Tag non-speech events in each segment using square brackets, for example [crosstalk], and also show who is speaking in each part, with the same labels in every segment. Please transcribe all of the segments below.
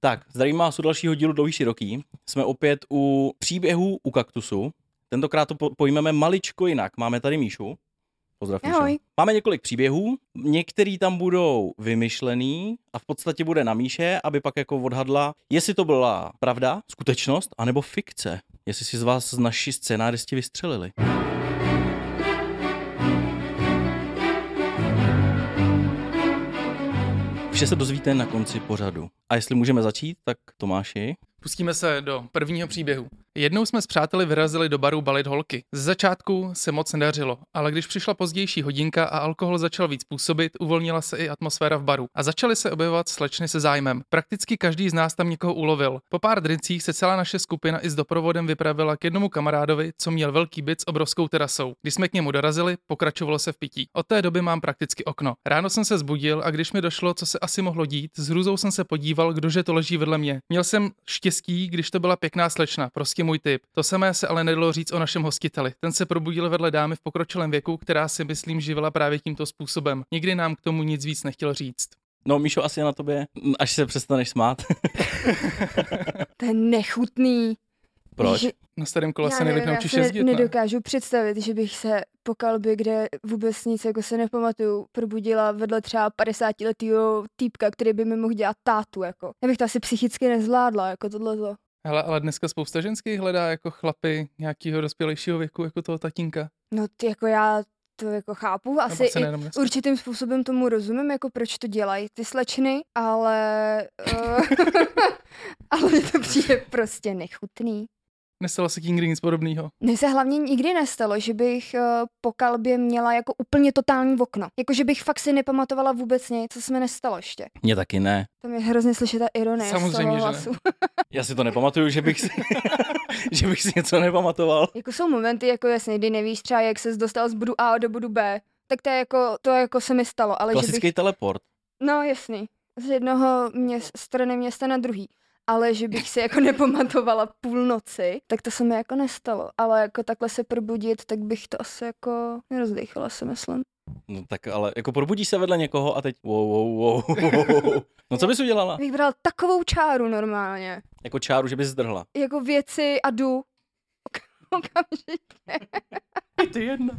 Speaker 1: Tak, zdravím vás u dalšího dílu Dlouhý široký. Jsme opět u příběhů u kaktusu. Tentokrát to po- pojmeme maličko jinak. Máme tady Míšu. Pozdrav Míšo.
Speaker 2: Ahoj.
Speaker 1: Máme několik příběhů, některý tam budou vymyšlený a v podstatě bude na Míše, aby pak jako odhadla, jestli to byla pravda, skutečnost, anebo fikce. Jestli si z vás z naši scénáristi vystřelili. Vše se dozvíte na konci pořadu. A jestli můžeme začít, tak Tomáši.
Speaker 3: Pustíme se do prvního příběhu. Jednou jsme s přáteli vyrazili do baru balit holky. Z začátku se moc nedařilo, ale když přišla pozdější hodinka a alkohol začal víc působit, uvolnila se i atmosféra v baru a začaly se objevovat slečny se zájmem. Prakticky každý z nás tam někoho ulovil. Po pár drincích se celá naše skupina i s doprovodem vypravila k jednomu kamarádovi, co měl velký byt s obrovskou terasou. Když jsme k němu dorazili, pokračovalo se v pití. Od té doby mám prakticky okno. Ráno jsem se zbudil a když mi došlo, co se asi mohlo dít, s hrůzou jsem se podíval, kdože to leží vedle mě. Měl jsem štěstí, když to byla pěkná slečna, prostě můj typ. To samé se ale nedalo říct o našem hostiteli. Ten se probudil vedle dámy v pokročilém věku, která si myslím živila právě tímto způsobem. Nikdy nám k tomu nic víc nechtěl říct.
Speaker 1: No, Míšo, asi je na tobě, až se přestaneš smát. [laughs]
Speaker 2: To je nechutný. [laughs]
Speaker 1: Proč?
Speaker 2: Že-
Speaker 3: Na starém kole
Speaker 2: já
Speaker 3: se
Speaker 2: nevím,
Speaker 3: nejlíp
Speaker 2: já
Speaker 3: naučíš
Speaker 2: si ne-
Speaker 3: jezdit, ne?
Speaker 2: nedokážu představit, že bych se po kalbě, kde vůbec nic jako se nepamatuju, probudila vedle třeba 50 letého týpka, který by mi mohl dělat tátu. Jako. Já bych to asi psychicky nezvládla, jako tohle.
Speaker 3: Hele, ale dneska spousta ženských hledá jako chlapy nějakého dospělejšího věku, jako toho tatínka.
Speaker 2: No t- jako já to jako chápu, asi
Speaker 3: Nebo No, se
Speaker 2: i
Speaker 3: nejenom dneska.
Speaker 2: určitým způsobem tomu rozumím, jako proč to dělají ty slečny, ale... Uh, [laughs] ale mně to přijde prostě nechutný.
Speaker 3: Nestalo se ti nikdy nic podobného.
Speaker 2: Mně se hlavně nikdy nestalo, že bych eh, po kalbě měla jako úplně totální okno. Jako, že bych fakt si nepamatovala vůbec nic, co se mi nestalo ještě.
Speaker 1: Mně taky ne.
Speaker 2: Tam je hrozně slyšet ta ironie
Speaker 3: Samozřejmě,
Speaker 2: z toho
Speaker 3: že ne.
Speaker 2: hlasu. [laughs]
Speaker 1: Já si to nepamatuju, že bych si, [laughs] že bych si něco nepamatoval.
Speaker 2: Jako jsou momenty, jako jasně, kdy nevíš třeba, jak se dostal z bodu A do bodu B. Tak to je jako, to jako se mi stalo, ale že
Speaker 1: Klasický
Speaker 2: bych,
Speaker 1: teleport.
Speaker 2: no jasný, z jednoho měst, strany města na druhý. Ale že bych si jako [laughs] nepamatovala půl noci, tak to se mi jako nestalo. Ale jako takhle se probudit, tak bych to asi jako nerozdechala, si myslím.
Speaker 1: No tak ale jako probudíš se vedle někoho a teď wow, wow, wow, wow, wow. No co bys udělala?
Speaker 2: Bych brala takovou čáru normálně.
Speaker 1: Jako čáru, že bys zdrhla.
Speaker 2: jako věci a jdu. [laughs] Ok- Okamžitě.
Speaker 3: Ty jedna.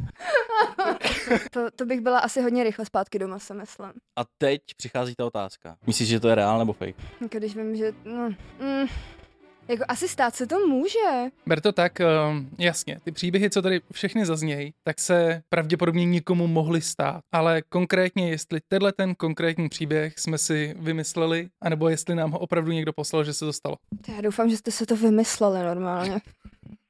Speaker 2: To, to bych byla asi hodně rychle zpátky doma, se myslím.
Speaker 1: A teď přichází ta otázka. Myslíš, že to je reál nebo fake?
Speaker 2: Jako když vím, že... No, mm, jako asi stát se to může.
Speaker 3: Ber to tak, ehm, jasně, ty příběhy, co tady všechny zaznějí, tak se pravděpodobně nikomu mohly stát. Ale konkrétně, jestli tenhle ten konkrétní příběh jsme si vymysleli, anebo jestli nám ho opravdu někdo poslal, že se to stalo.
Speaker 2: To já doufám, že jste se to vymysleli normálně.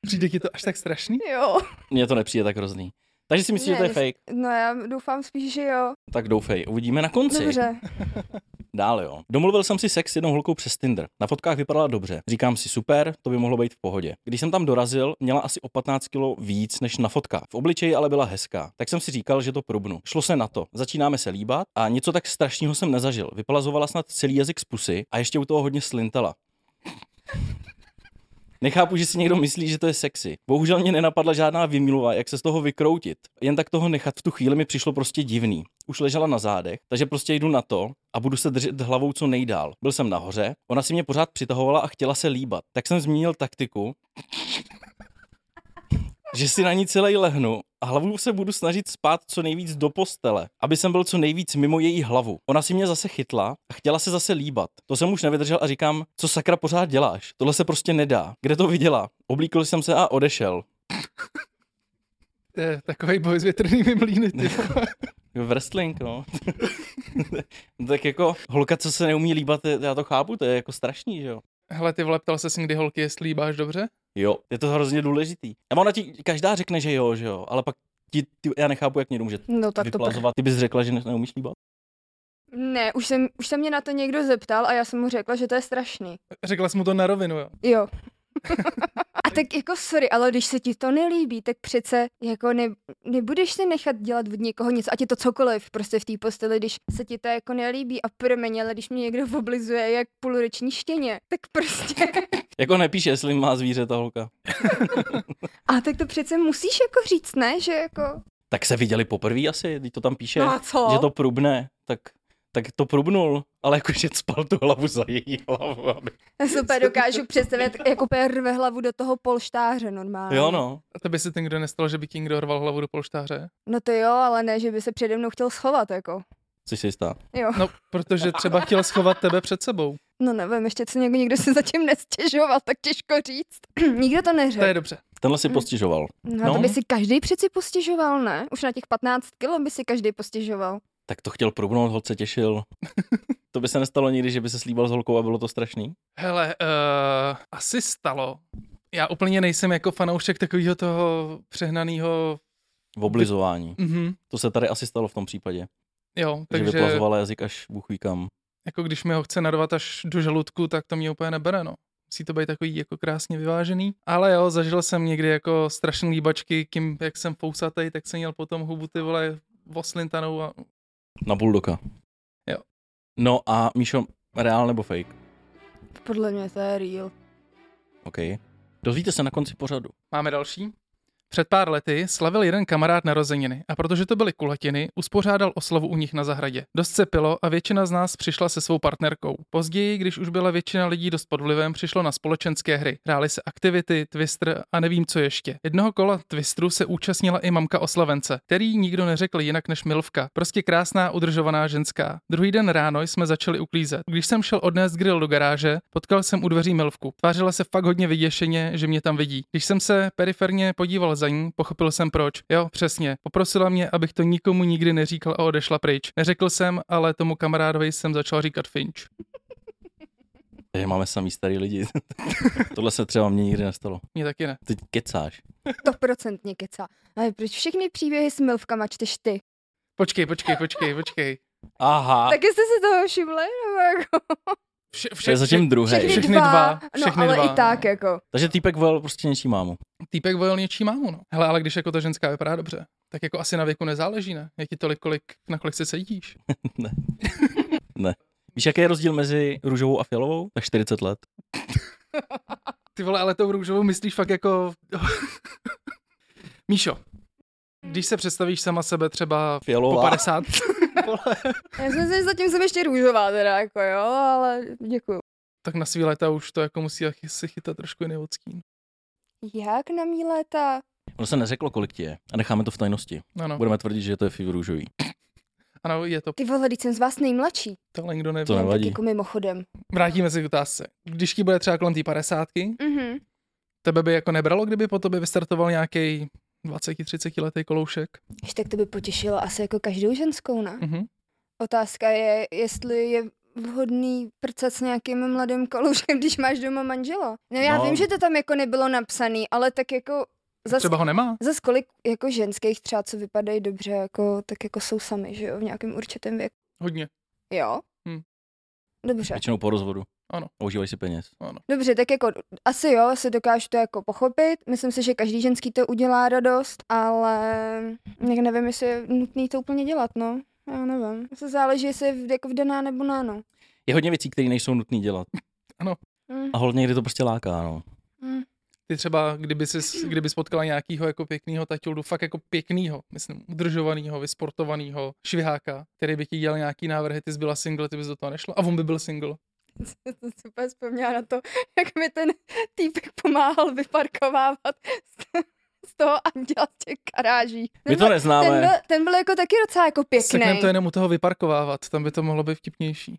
Speaker 3: Přijde ti to až tak strašný?
Speaker 2: Jo.
Speaker 1: Mně to nepřijde tak hrozný. Takže si myslíš,
Speaker 2: Ne,
Speaker 1: že to je
Speaker 2: nes-
Speaker 1: fake?
Speaker 2: No já doufám spíš, že jo.
Speaker 1: Tak doufej, uvidíme na konci.
Speaker 2: Dobře.
Speaker 1: Dále jo. Domluvil jsem si sex s jednou holkou přes Tinder. Na fotkách vypadala dobře. Říkám si super, to by mohlo být v pohodě. Když jsem tam dorazil, měla asi o 15 kg víc než na fotkách. V obličeji ale byla hezká. Tak jsem si říkal, že to probnu. Šlo se na to. Začínáme se líbat a něco tak strašného jsem nezažil. Vypalazovala snad celý jazyk z pusy a ještě u toho hodně slintala. Nechápu, že si někdo myslí, že to je sexy. Bohužel mě nenapadla žádná vymluva, jak se z toho vykroutit. Jen tak toho nechat v tu chvíli mi přišlo prostě divný. Už ležela na zádech, takže prostě jdu na to a budu se držet hlavou co nejdál. Byl jsem nahoře, ona si mě pořád přitahovala a chtěla se líbat. Tak jsem změnil taktiku, že si na ní celý lehnu a hlavu se budu snažit spát co nejvíc do postele, aby jsem byl co nejvíc mimo její hlavu. Ona si mě zase chytla a chtěla se zase líbat. To jsem už nevydržel a říkám, co sakra pořád děláš? Tohle se prostě nedá. Kde to viděla? Oblíkl jsem se a odešel.
Speaker 3: To je takový boj s větrnými mlýny. Ty.
Speaker 1: Jo, Wrestling, no. [laughs] tak jako holka, co se neumí líbat, je- já to chápu, to je jako strašný, že jo.
Speaker 3: Hele, ty vole, ptal se někdy holky, jestli líbáš dobře?
Speaker 1: Jo, je to hrozně důležitý. A ona ti, každá řekne, že jo, že jo, ale pak ti, ty, já nechápu, jak někdo může
Speaker 2: No tak to pr...
Speaker 1: vyplazovat. Ty bys řekla, že ne- neumíš líbat?
Speaker 2: Ne, už, jsem, už se mě na to někdo zeptal a já jsem mu řekla, že to je strašný.
Speaker 1: [laughs]
Speaker 3: Řekla jsi mu to na rovinu, jo.
Speaker 2: Jo. a tak jako sorry, ale když se ti to nelíbí, tak přece jako ne, nebudeš se nechat dělat od někoho něco, ať je to cokoliv prostě v té posteli, když se ti to jako nelíbí a promiň, ale když mě někdo oblizuje jak půlroční štěně, tak
Speaker 1: [laughs]
Speaker 2: prostě.
Speaker 1: Jako nepíše, jestli má zvíře ta holka.
Speaker 2: A tak to přece musíš jako říct, ne? Že jako...
Speaker 1: Tak se viděli poprvé asi, když to tam píše,
Speaker 2: No a co?
Speaker 1: že to prubne, tak, tak to prubnul, ale jakože cpal tu hlavu za její hlavu. Aby...
Speaker 2: Já si úplně
Speaker 1: [laughs]
Speaker 2: dokážu představit, jak úplně rve hlavu do toho polštáře normálně.
Speaker 1: Jo no,
Speaker 3: A to by se ten kdo nestal, že by ti někdo rval hlavu do polštáře?
Speaker 2: No to jo, ale ne, že by se přede mnou chtěl schovat, jako.
Speaker 1: což si jistá.
Speaker 2: Jo.
Speaker 3: No, protože třeba chtěl schovat tebe před sebou.
Speaker 2: No nevím, ještě se někdo, někdo se zatím nestěžoval, tak těžko říct. [clears throat] Nikdo to
Speaker 3: To je
Speaker 2: neřekl.
Speaker 3: dobře.
Speaker 1: Tenhle si
Speaker 2: Mm.
Speaker 1: postižoval.
Speaker 2: No,
Speaker 1: no.
Speaker 2: no, to by si každý přeci postěžoval, ne? Už na těch 15 kilo by si každý postěžoval.
Speaker 1: Tak to chtěl prubnout, holce
Speaker 2: [laughs]
Speaker 1: těšil. to by se nestalo nikdy, že by se slíbal s holkou a bylo to strašný.
Speaker 3: Hele, uh, asi stalo. Já úplně nejsem jako fanoušek takového toho přehnaného...
Speaker 1: V oblizování.
Speaker 3: Mhm.
Speaker 1: To se tady asi stalo v tom případě.
Speaker 3: Jo,
Speaker 1: Takže... Že
Speaker 3: takže
Speaker 1: vyplazovala jazyk až Bůh ví kam.
Speaker 3: jako když mi ho chce narvat až do žaludku, tak to mě úplně nebere, no. Musí to být takový jako krásně vyvážený. Ale jo, zažil jsem někdy jako strašný líbačky, kým, jak jsem fousatej, tak jsem měl potom hubu ty vole voslintanou a
Speaker 1: Na buldoka.
Speaker 3: Jo.
Speaker 1: No a Míšo, reál nebo fake?
Speaker 2: Podle mě to je real.
Speaker 1: OK. Dozvíte se na konci pořadu.
Speaker 3: Máme další. Před pár lety slavil jeden kamarád narozeniny a protože to byly kulatiny, uspořádal oslavu u nich na zahradě. Dost se pilo a většina z nás přišla se svou partnerkou. Později, když už byla většina lidí dost pod vlivem, přišlo na společenské hry. Hrály se aktivity, twister a nevím co ještě. Jednoho kola twistru se účastnila i mamka oslavence, který nikdo neřekl jinak než milvka. Prostě krásná, udržovaná ženská. Druhý den ráno jsme začali uklízet. Když jsem šel odnést grill do garáže, potkal jsem u dveří milvku. Tvářila se fakt hodně vyděšeně, že mě tam vidí. Když jsem se periferně podíval za ní, pochopil jsem proč. Jo, přesně. Poprosila mě, abych to nikomu nikdy neříkal a odešla pryč. Neřekl jsem, ale tomu kamarádovi jsem začal říkat Finch.
Speaker 1: Takže máme samý starý lidi. [laughs] Tohle se třeba mně nikdy nestalo.
Speaker 3: Mně taky ne.
Speaker 1: Ty kecáš.
Speaker 2: Stoprocentně keca. Ale proč všechny příběhy s milvkama čteš ty?
Speaker 3: Počkej, počkej, počkej, počkej.
Speaker 1: Aha.
Speaker 2: A... Taky jste si toho všimli? Nebo jako...
Speaker 3: Vše, vše,
Speaker 1: To je zatím druhý.
Speaker 3: všechny dva, všechny
Speaker 2: no ale
Speaker 3: dva.
Speaker 2: i tak jako.
Speaker 1: Takže týpek vel prostě něčí mámu.
Speaker 3: Týpek vojel něčí mámu, no. Hele, ale když jako ta ženská vypadá dobře, tak jako asi na věku nezáleží, ne? Jak ti tolik, kolik, na kolik se cítíš?
Speaker 1: Víš, jaký je rozdíl mezi růžovou a fialovou? Tak 40 let.
Speaker 3: Ty vole, ale tou růžovou myslíš fakt jako... [laughs] Míšo, když se představíš sama sebe třeba po
Speaker 1: Fialová.
Speaker 3: 50,
Speaker 2: Já si myslím, že zatím jsem ještě růžová teda, jako jo, ale děkuju.
Speaker 3: [laughs] tak na svý léta už to jako musí jak- si chytat trošku jiný odstín.
Speaker 2: Jak na mý léta?
Speaker 1: Ono se neřeklo, kolik ti je. A necháme to v tajnosti.
Speaker 3: Ano,
Speaker 1: Budeme tvrdit, že to je fiv růžový.
Speaker 3: ano, je to,
Speaker 2: Ty vole, teď jsem z vás nejmladší.
Speaker 3: to ale nikdo neví.
Speaker 1: To nevadí.
Speaker 2: Tak jako mimochodem.
Speaker 3: Vrátíme se k otázce. Když ti bude třeba kolem té 50,
Speaker 2: Mhm.
Speaker 3: tebe by jako nebralo, kdyby po tobě vystartoval nějaký 20-30 letý koloušek?
Speaker 2: Ještě tak to by potěšilo asi jako každou ženskou, ne?
Speaker 3: Mhm.
Speaker 2: Otázka je, jestli je vhodný prcat s nějakým mladým kolouškem, když máš doma manžela. No já
Speaker 1: No.
Speaker 2: no. vím, že to tam jako nebylo napsaný, ale tak jako zas,
Speaker 3: Třeba ho nemá?
Speaker 2: zas kolik jako ženských třeba, co vypadají dobře, jako, tak jako jsou sami, že jo, v nějakém určitém věku.
Speaker 3: Hodně.
Speaker 2: Jo?
Speaker 3: Hm.
Speaker 2: Dobře.
Speaker 1: Většinou po rozvodu.
Speaker 3: Ano.
Speaker 1: A užívají si peněz.
Speaker 2: Dobře, tak jako asi jo, asi dokážu to jako pochopit. Myslím si, že každý ženský to udělá radost, ale jak nevím, jestli je nutný to úplně dělat, no. Já nevím. Se záleží, jestli je v- jako v daná nebo náno.
Speaker 1: Je hodně věcí, které nejsou nutné dělat.
Speaker 2: Mm,
Speaker 1: A hol někdy to prostě láká, no.
Speaker 2: mm.
Speaker 3: Ty třeba, kdyby, jsi, kdyby spotkala nějakýho jako pěknýho tatildu, fakt jako pěknýho, myslím, udržovanýho, vysportovanýho šviháka, který by ti dělal nějaký návrhy, ty jsi byla single, ty bys do toho nešla a on by byl single.
Speaker 2: To si úplně vzpomněla na to, jak mi ten týpek pomáhal vyparkovávat z- z toho anděla z těch garáží.
Speaker 1: My to
Speaker 2: ten, byl,
Speaker 1: neznáme.
Speaker 2: ten byl jako taky docela jako pěkný.
Speaker 3: Sekneme to jenom u toho vyparkovávat, tam by to mohlo být vtipnější.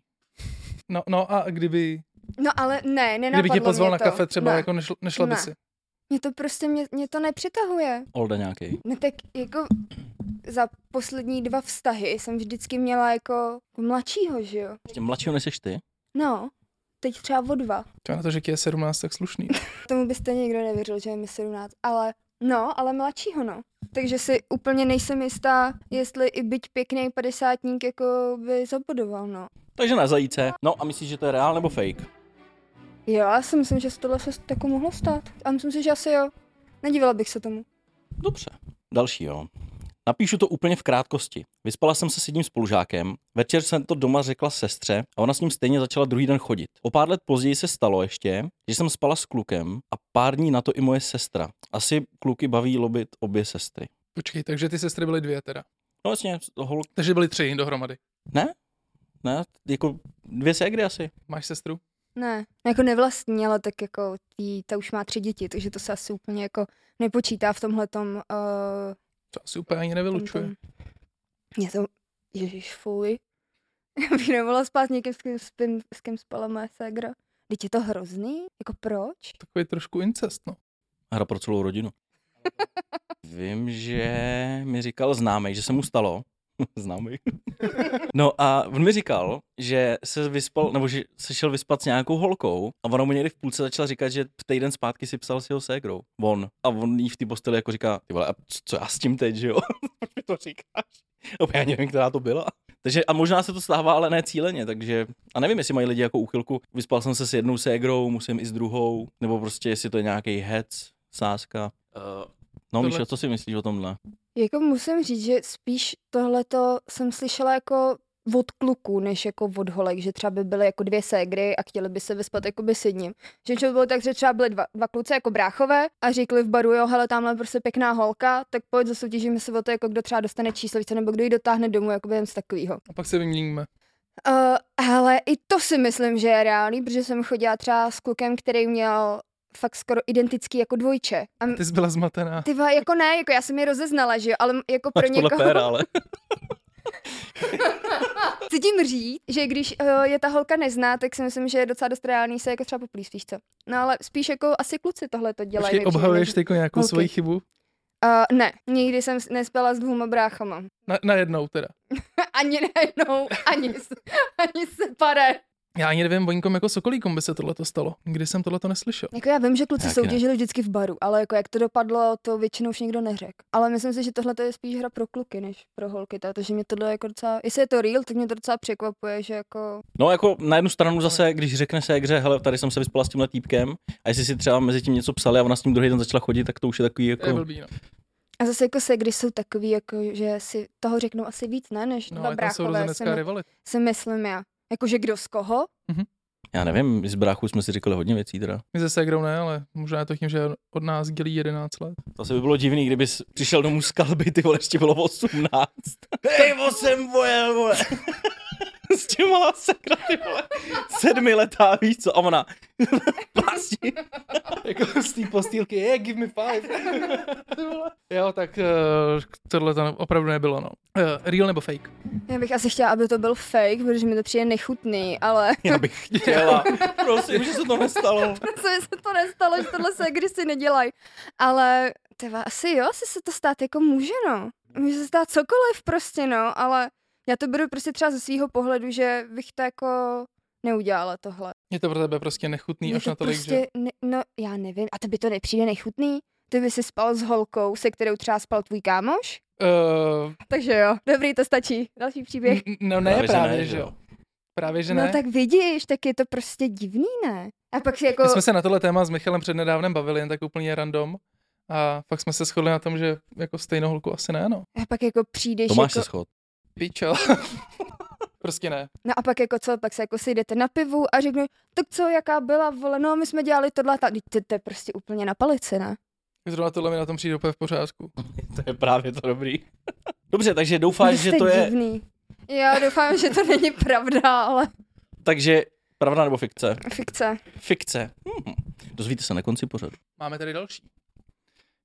Speaker 3: No, no a kdyby,
Speaker 2: No ale ne, nenapadlo
Speaker 3: kdyby tě pozval
Speaker 2: mě
Speaker 3: na
Speaker 2: to.
Speaker 3: kafe třeba,
Speaker 2: ne.
Speaker 3: jako nešla, nešla by
Speaker 2: Ne.
Speaker 3: si.
Speaker 2: Mě to prostě, mě, mě to nepřitahuje.
Speaker 1: Olda nějaký.
Speaker 2: No tak jako za poslední dva vztahy jsem vždycky měla jako mladšího, že jo?
Speaker 1: Ještě mladšího neseš ty?
Speaker 2: No, teď třeba o dva.
Speaker 3: To je na to, že ti je 17, tak slušný.
Speaker 2: Tomu byste nikdo nevěřil, že je mi 17, ale no, ale mladšího no. Takže si úplně nejsem jistá, jestli i byť pěkný padesátník jako by zabudoval, no.
Speaker 1: Takže na zajíce. No a myslíš, že to je reál nebo fake?
Speaker 2: Jo, já si myslím, že se tohle se jako mohlo stát. A myslím si, že asi jo. Nedívala bych se tomu.
Speaker 1: Dobře. Další, jo. Napíšu to úplně v krátkosti. Vyspala jsem se s jedním spolužákem, večer jsem to doma řekla sestře a ona s ním stejně začala druhý den chodit. O pár let později se stalo ještě, že jsem spala s klukem a pár dní na to i moje sestra. Asi kluky baví lobit obě sestry.
Speaker 3: Počkej, takže ty sestry byly dvě teda.
Speaker 1: No vlastně, hol...
Speaker 3: Takže byly tři dohromady.
Speaker 1: Ne? Ne? Jako dvě ségry asi.
Speaker 3: Máš sestru?
Speaker 2: Ne, jako nevlastní, ale tak jako tý, ta už má tři děti, takže to se asi úplně jako nepočítá v tomhle tom. Uh,
Speaker 3: To asi úplně ani nevylučuje.
Speaker 2: Mě to, ježiš, fuj. [laughs] Já bych nemohla spát s někým, s kým, spím, s kým spala moje ségra. Teď je to hrozný? Jako proč?
Speaker 3: Takový trošku incest, no.
Speaker 1: Hra pro celou rodinu. Vím, že mi říkal známý, že se mu stalo. známý. [laughs] no a on mi říkal, že se vyspal, nebo že se šel vyspat s nějakou holkou a ona mu někdy v půlce začala říkat, že týden zpátky si psal s jeho ségrou. On. A on jí v té posteli jako říká, ty vole, a co- co já s tím teď, že jo? [laughs] Proč mi to říkáš? No, já nevím, která to byla. Takže a možná se to stává, ale ne cíleně, takže a nevím, jestli mají lidi jako úchylku. Vyspal jsem se s jednou ségrou, musím i s druhou, nebo prostě jestli to je nějaký hec, sázka. Uh, no,
Speaker 3: tohle-
Speaker 1: Míšo, co si myslíš o tomhle?
Speaker 2: Jako musím říct, že spíš tohleto jsem slyšela jako od kluků, než jako od holek, že třeba by byly jako dvě ségry a chtěli by se vyspat jako by s jedním. Že to bylo tak, že třeba byly dva, dva kluci jako bráchové a říkali v baru, jo, hele, tamhle prostě pěkná holka, tak pojď zasoutěžíme se o to, jako kdo třeba dostane číslovice nebo kdo ji dotáhne domů, jako během z takového.
Speaker 3: A pak se vyměníme.
Speaker 2: Uh, ale i to si myslím, že je reálný, protože jsem chodila třeba s klukem, který měl fakt skoro identický jako dvojče. A m-
Speaker 3: Ty jsi byla zmatená.
Speaker 2: ty vole, jako ne, jako já jsem je rozeznala, že jo, ale m- jako pro
Speaker 1: Máš podle
Speaker 2: někoho... [laughs]
Speaker 1: péra, ale.
Speaker 2: Chci tím říct, že když uh, je ta holka nezná, tak si myslím, že je docela dost reálný se jako třeba poplíst, víš co. No ale spíš jako asi kluci tohle to dělají.
Speaker 3: Počkej,
Speaker 2: mi přijde.
Speaker 3: obhajuješ teď nějakou
Speaker 2: Holky.
Speaker 3: svoji chybu?
Speaker 2: Uh, ne, nikdy jsem s- nespala s dvouma bráchama. [laughs]
Speaker 3: Na, najednou teda.
Speaker 2: Ani najednou, ani, s- [laughs] ani separé.
Speaker 3: Já ani nevím, voňkom jako sokolíkom by se tohleto stalo. Kdy jsem tohleto neslyšel?
Speaker 2: Jako já vím, že kluci
Speaker 1: Taky ne.
Speaker 2: soutěžili vždycky v baru, ale jako jak to dopadlo, to většinou už nikdo neřekl. Ale myslím si, že tohle je spíš hra pro kluky než pro holky, takže mě tohle jako docela, jestli je to real, tak mě to docela překvapuje, že jako
Speaker 1: No jako na jednu stranu zase, když řekne se, jak hele, tady jsem se vyspala s tímhle týpkem a jestli si třeba mezi tím něco psali a ona s tím druhý den začala chodit, tak to už je takový
Speaker 3: To je
Speaker 1: jako...
Speaker 3: blbý, no.
Speaker 2: a zase jako se, když jsou takový, jako, že si toho řeknou asi víc, ne, než
Speaker 3: no
Speaker 2: dva
Speaker 3: ale tam jsou
Speaker 2: bráchové, si,
Speaker 3: rozenecká
Speaker 2: my,
Speaker 3: rivalita.
Speaker 2: si myslím já. Jakože kdo z koho?
Speaker 1: Já nevím, my z bráchu jsme si říkali hodně věcí teda.
Speaker 3: My se Segrou ne, ale možná je to tím, že od nás dělí 11 let.
Speaker 1: To asi by bylo divný, kdyby jsi přišel domů z kalby, ty vole, ještě bylo 18. Hej, osm, vole, vole. S tím malá sakra, ty vole. Sedmiletá, víš co? A ona, vlastně,
Speaker 3: jako z té postýlky, je, give me five. jo, tak eh, tohle to opravdu nebylo, no. Eh, Real nebo fake?
Speaker 2: Já bych asi chtěla, aby to byl fake, protože mi to přijde nechutný, ale
Speaker 1: já bych chtěla. Prosím, že se to nestalo.
Speaker 2: [laughs] co by se to nestalo, že tohle se když si nedělají. Ale teva, asi jo, asi se to stát jako může, no. Může se stát cokoliv prostě, no, ale já to beru prostě třeba ze svého pohledu, že bych to jako neudělala tohle.
Speaker 3: Je to pro tebe prostě nechutný
Speaker 2: Mně
Speaker 3: až
Speaker 2: to
Speaker 3: natolik,
Speaker 2: prostě,
Speaker 3: že...
Speaker 2: Ne, no, já nevím, a to by to nepřijde nechutný? Ty by si spal s holkou, se kterou třeba spal tvůj kámoš? [laughs]
Speaker 3: Eh,
Speaker 2: Takže jo, dobrý, to stačí. Další příběh.
Speaker 3: n- no ne, právě,
Speaker 1: Právě, že ne,
Speaker 3: že
Speaker 1: že
Speaker 3: jo. Právě, že ne.
Speaker 2: No tak vidíš, tak je to prostě divný, ne? A pak si jako...
Speaker 3: My jsme se na tohle téma s Michalem přednedávnem bavili, jen tak úplně random. A pak jsme se shodli na tom, že jako stejnou holku asi ne, no.
Speaker 2: A pak jako přijdeš
Speaker 1: Tomáš
Speaker 2: jako...
Speaker 1: se schod.
Speaker 3: Pičo. [laughs] prostě ne.
Speaker 2: No a pak jako co, pak se jako sejdete na pivu a řeknu, tak co, jaká byla, vole, no my jsme dělali tohle a ta, Vždyť to, to je prostě úplně na palici, ne?
Speaker 3: Zrovna tohle mi na tom přijde úplně v pořádku.
Speaker 1: To je právě to dobrý. [laughs] Dobře, takže doufáš,
Speaker 2: Vy
Speaker 1: že
Speaker 2: jste
Speaker 1: to je...
Speaker 2: divný. Já doufám, že to není pravda, ale
Speaker 1: Takže pravda nebo fikce?
Speaker 2: fikce.
Speaker 1: Fikce. Hmm. Dozvíte se na konci pořadu.
Speaker 3: Máme tady další.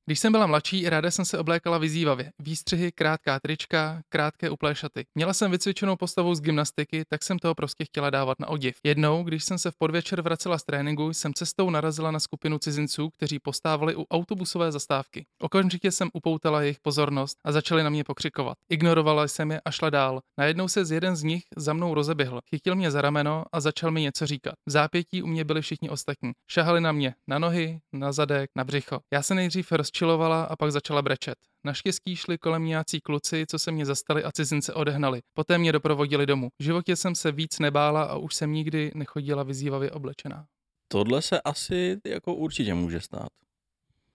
Speaker 3: Když jsem byla mladší, ráda jsem se oblékala vyzývavě. Výstřihy, krátká trička, krátké uplé šaty. Měla jsem vycvičenou postavu z gymnastiky, tak jsem toho prostě chtěla dávat na odiv. Jednou, když jsem se v podvečer vracela z tréninku, jsem cestou narazila na skupinu cizinců, kteří postávali u autobusové zastávky. Okamžitě jsem upoutala jejich pozornost a začali na mě pokřikovat. Ignorovala jsem je a šla dál. Najednou se z jeden z nich za mnou rozebyhl. Chytil mě za rameno a začal mi něco říkat. V zápětí u mě byli všichni ostatní. Šahali na mě, na nohy, na zadek, na břicho. Já se nejdřív rozčilovala a pak začala brečet. Naštěstí šli kolem nějací kluci, co se mě zastali a cizince odehnali. Poté mě doprovodili domů. V životě jsem se víc nebála a už jsem nikdy nechodila vyzývavě oblečená.
Speaker 1: Tohle se asi jako určitě může stát.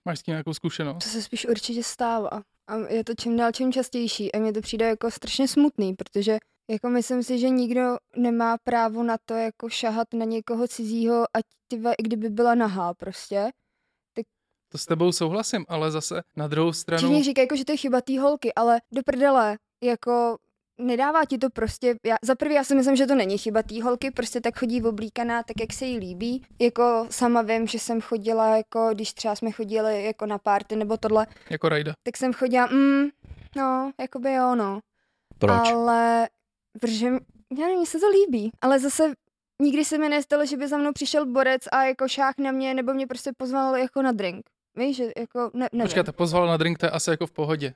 Speaker 3: Máš s tím nějakou zkušenost?
Speaker 2: To se spíš určitě stává. A je to čím dál čím častější a mně to přijde jako strašně smutný, protože jako myslím si, že nikdo nemá právo na to jako šahat na někoho cizího, ať ty ve- i kdyby byla nahá prostě.
Speaker 3: To s tebou souhlasím, ale zase na druhou stranu...
Speaker 2: Všichni říkají, jako, že to je chyba té holky, ale do prdele, jako nedává ti to prostě, já, za prvé já si myslím, že to není chyba té holky, prostě tak chodí oblíkaná, tak jak se jí líbí. Jako sama vím, že jsem chodila, jako když třeba jsme chodili jako na párty nebo tohle,
Speaker 3: Jako rajda.
Speaker 2: tak jsem chodila, mm, no, jako by jo, no.
Speaker 1: Proč?
Speaker 2: Ale, protože, m- já nevím, mně se to líbí, ale zase nikdy se mi nestalo, že by za mnou přišel borec a jako šák na mě, nebo mě prostě pozval jako na drink. Víš, že jako, ne, nevím.
Speaker 3: Počkej, ta pozvala na drink, to je asi jako v pohodě.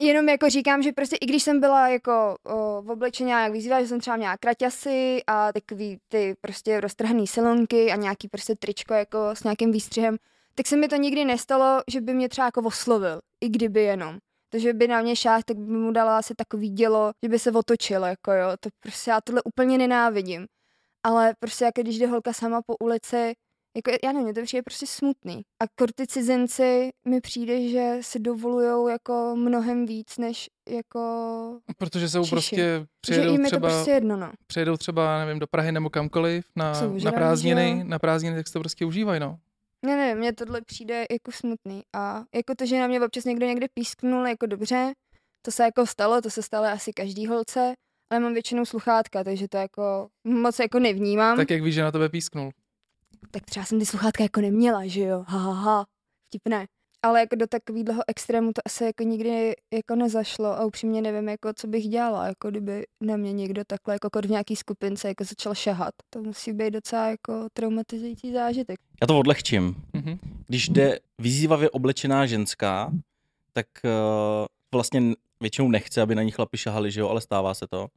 Speaker 2: Jenom jako říkám, že prostě i když jsem byla jako o, v oblečení nějak vyzývá, že jsem třeba měla kraťasy a takový ty prostě roztrhaný silonky a nějaký prostě tričko jako s nějakým výstřihem, tak se mi to nikdy nestalo, že by mě třeba jako oslovil, i kdyby jenom. To, že by na mě šáhl, tak by mu dala asi takový dělo, že by se otočil, jako jo. To prostě já tohle úplně nenávidím. Ale prostě jako když jde holka sama po ulici, jako, já nevím, mě to přijde prostě smutný. A kor ty cizinci mi přijde, že si dovolujou jako mnohem víc, než jako...
Speaker 3: Protože jsou
Speaker 2: Češi.
Speaker 3: prostě
Speaker 2: že
Speaker 3: přijedou
Speaker 2: jim je to
Speaker 3: třeba,
Speaker 2: prostě jedno, no.
Speaker 3: přijedou třeba, nevím, do Prahy nebo kamkoliv na,
Speaker 2: Jsou
Speaker 3: na
Speaker 2: žrali, že
Speaker 3: prázdniny,
Speaker 2: jo?
Speaker 3: na prázdniny, tak si to prostě užívají, no.
Speaker 2: Ne, ne, mně tohle přijde jako smutný. A jako to, že na mě občas někdo někde písknul, jako dobře, to se jako stalo, to se stalo asi každý holce, ale mám většinou sluchátka, takže to jako moc jako nevnímám. Tak,
Speaker 3: Tak jak víš, že na tebe písknul.
Speaker 2: tak třeba jsem ty sluchátka jako neměla, že jo, ha, ha, ha. vtipné. Ale jako do takového extrému to asi jako nikdy jako nezašlo a upřímně nevím, jako co bych dělala, jako kdyby na mě někdo takhle jako kor v nějaký skupince jako začal šahat. To musí být docela jako traumatizující zážitek.
Speaker 1: Já to odlehčím.
Speaker 3: Mhm.
Speaker 1: Když jde vyzývavě oblečená ženská, tak eh, vlastně n- většinou nechce, aby na ní chlapi šahali, že jo, ale stává se to.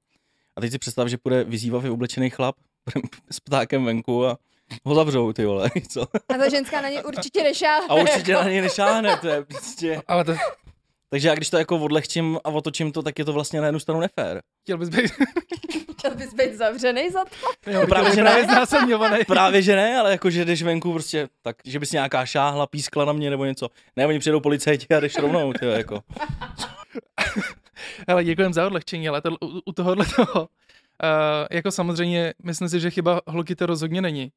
Speaker 1: A teď si představ, že půjde vyzývavě oblečený chlap [laughs] s ptákem venku a ho zavřou, ty vole, [laughs] co?
Speaker 2: A ta ženská na ně určitě nešáhne.
Speaker 1: A určitě na něj nešáhne, to je prostě...
Speaker 3: Ale to,
Speaker 1: Takže já když to jako odlehčím a otočím to, tak je to vlastně na jednu stranu nefér.
Speaker 3: chtěl bys být
Speaker 2: [laughs]
Speaker 3: [laughs]
Speaker 2: Chtěl bys být zavřený za to?
Speaker 3: jo,
Speaker 1: No, právě, že
Speaker 2: [laughs]
Speaker 3: právě
Speaker 1: ne.
Speaker 3: znásilňovaný.
Speaker 1: Právě že ne, ale jako že jdeš venku prostě tak, že bys nějaká šáhla, pískla na mě nebo něco. Ne, oni přijdou policajti a jdeš rovnou, ty jako.
Speaker 2: [laughs]
Speaker 3: Hele, děkujem za odlehčení, ale to, u, u tohohle toho, uh, jako samozřejmě, myslím si, že chyba holky to rozhodně není.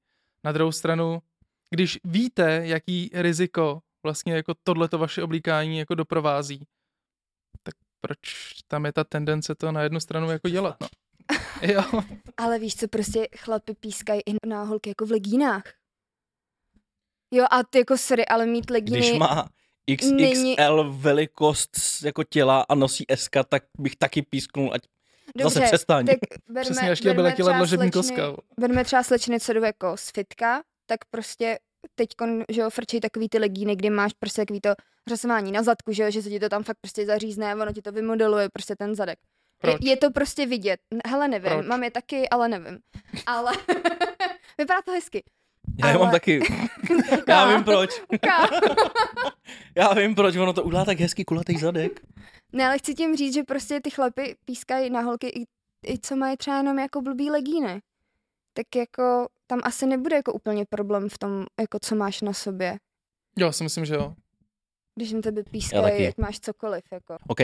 Speaker 3: Na druhou stranu, když víte, jaký riziko vlastně jako tohleto vaše oblíkání jako doprovází, tak proč tam je ta tendence to na jednu stranu jako dělat,
Speaker 2: [laughs]
Speaker 3: no? Jo,
Speaker 2: Ale víš co, prostě chlapi pískají i na holky jako v legínách. Jo a ty jako sorry, ale mít legíny...
Speaker 1: Když má XXL
Speaker 2: Není-
Speaker 1: velikost s- jako těla a nosí SK, tak bych taky písknul, ať
Speaker 2: Dobře,
Speaker 1: zase přestaň.
Speaker 2: tak
Speaker 3: přesně,
Speaker 2: berme,
Speaker 3: až by
Speaker 2: berme
Speaker 3: letěla
Speaker 2: třeba
Speaker 3: dlažební
Speaker 2: slečny-
Speaker 3: koska.
Speaker 2: Berme třeba slečny, co jdou jako z fitka, tak prostě teď že jo, frčej takový ty legíny, kdy máš prostě takový to řasování na zadku, že jo, že se ti to tam fakt prostě zařízne a ono ti to vymodeluje prostě ten zadek. Je,
Speaker 3: Proč?
Speaker 2: je, to prostě vidět. Hele, nevím,
Speaker 3: Proč?
Speaker 2: mám je taky, ale nevím. Ale [laughs] vypadá to hezky.
Speaker 1: Já je mám
Speaker 2: ale- [laughs]
Speaker 1: taky. [laughs] Já vím proč.
Speaker 2: Ukáž.
Speaker 1: Já vím proč, ono to udělá tak hezky kulatý zadek.
Speaker 2: Ne, ale chci tím říct, že prostě ty chlapy pískají na holky i, i co mají třeba jenom jako blbý legíny. Tak jako tam asi nebude jako úplně problém v tom, jako co máš na sobě.
Speaker 3: Jo, si myslím, že jo.
Speaker 2: Když na tebe
Speaker 1: Já
Speaker 2: pískají,
Speaker 1: taky.
Speaker 2: jak máš cokoliv, jako.
Speaker 1: OK,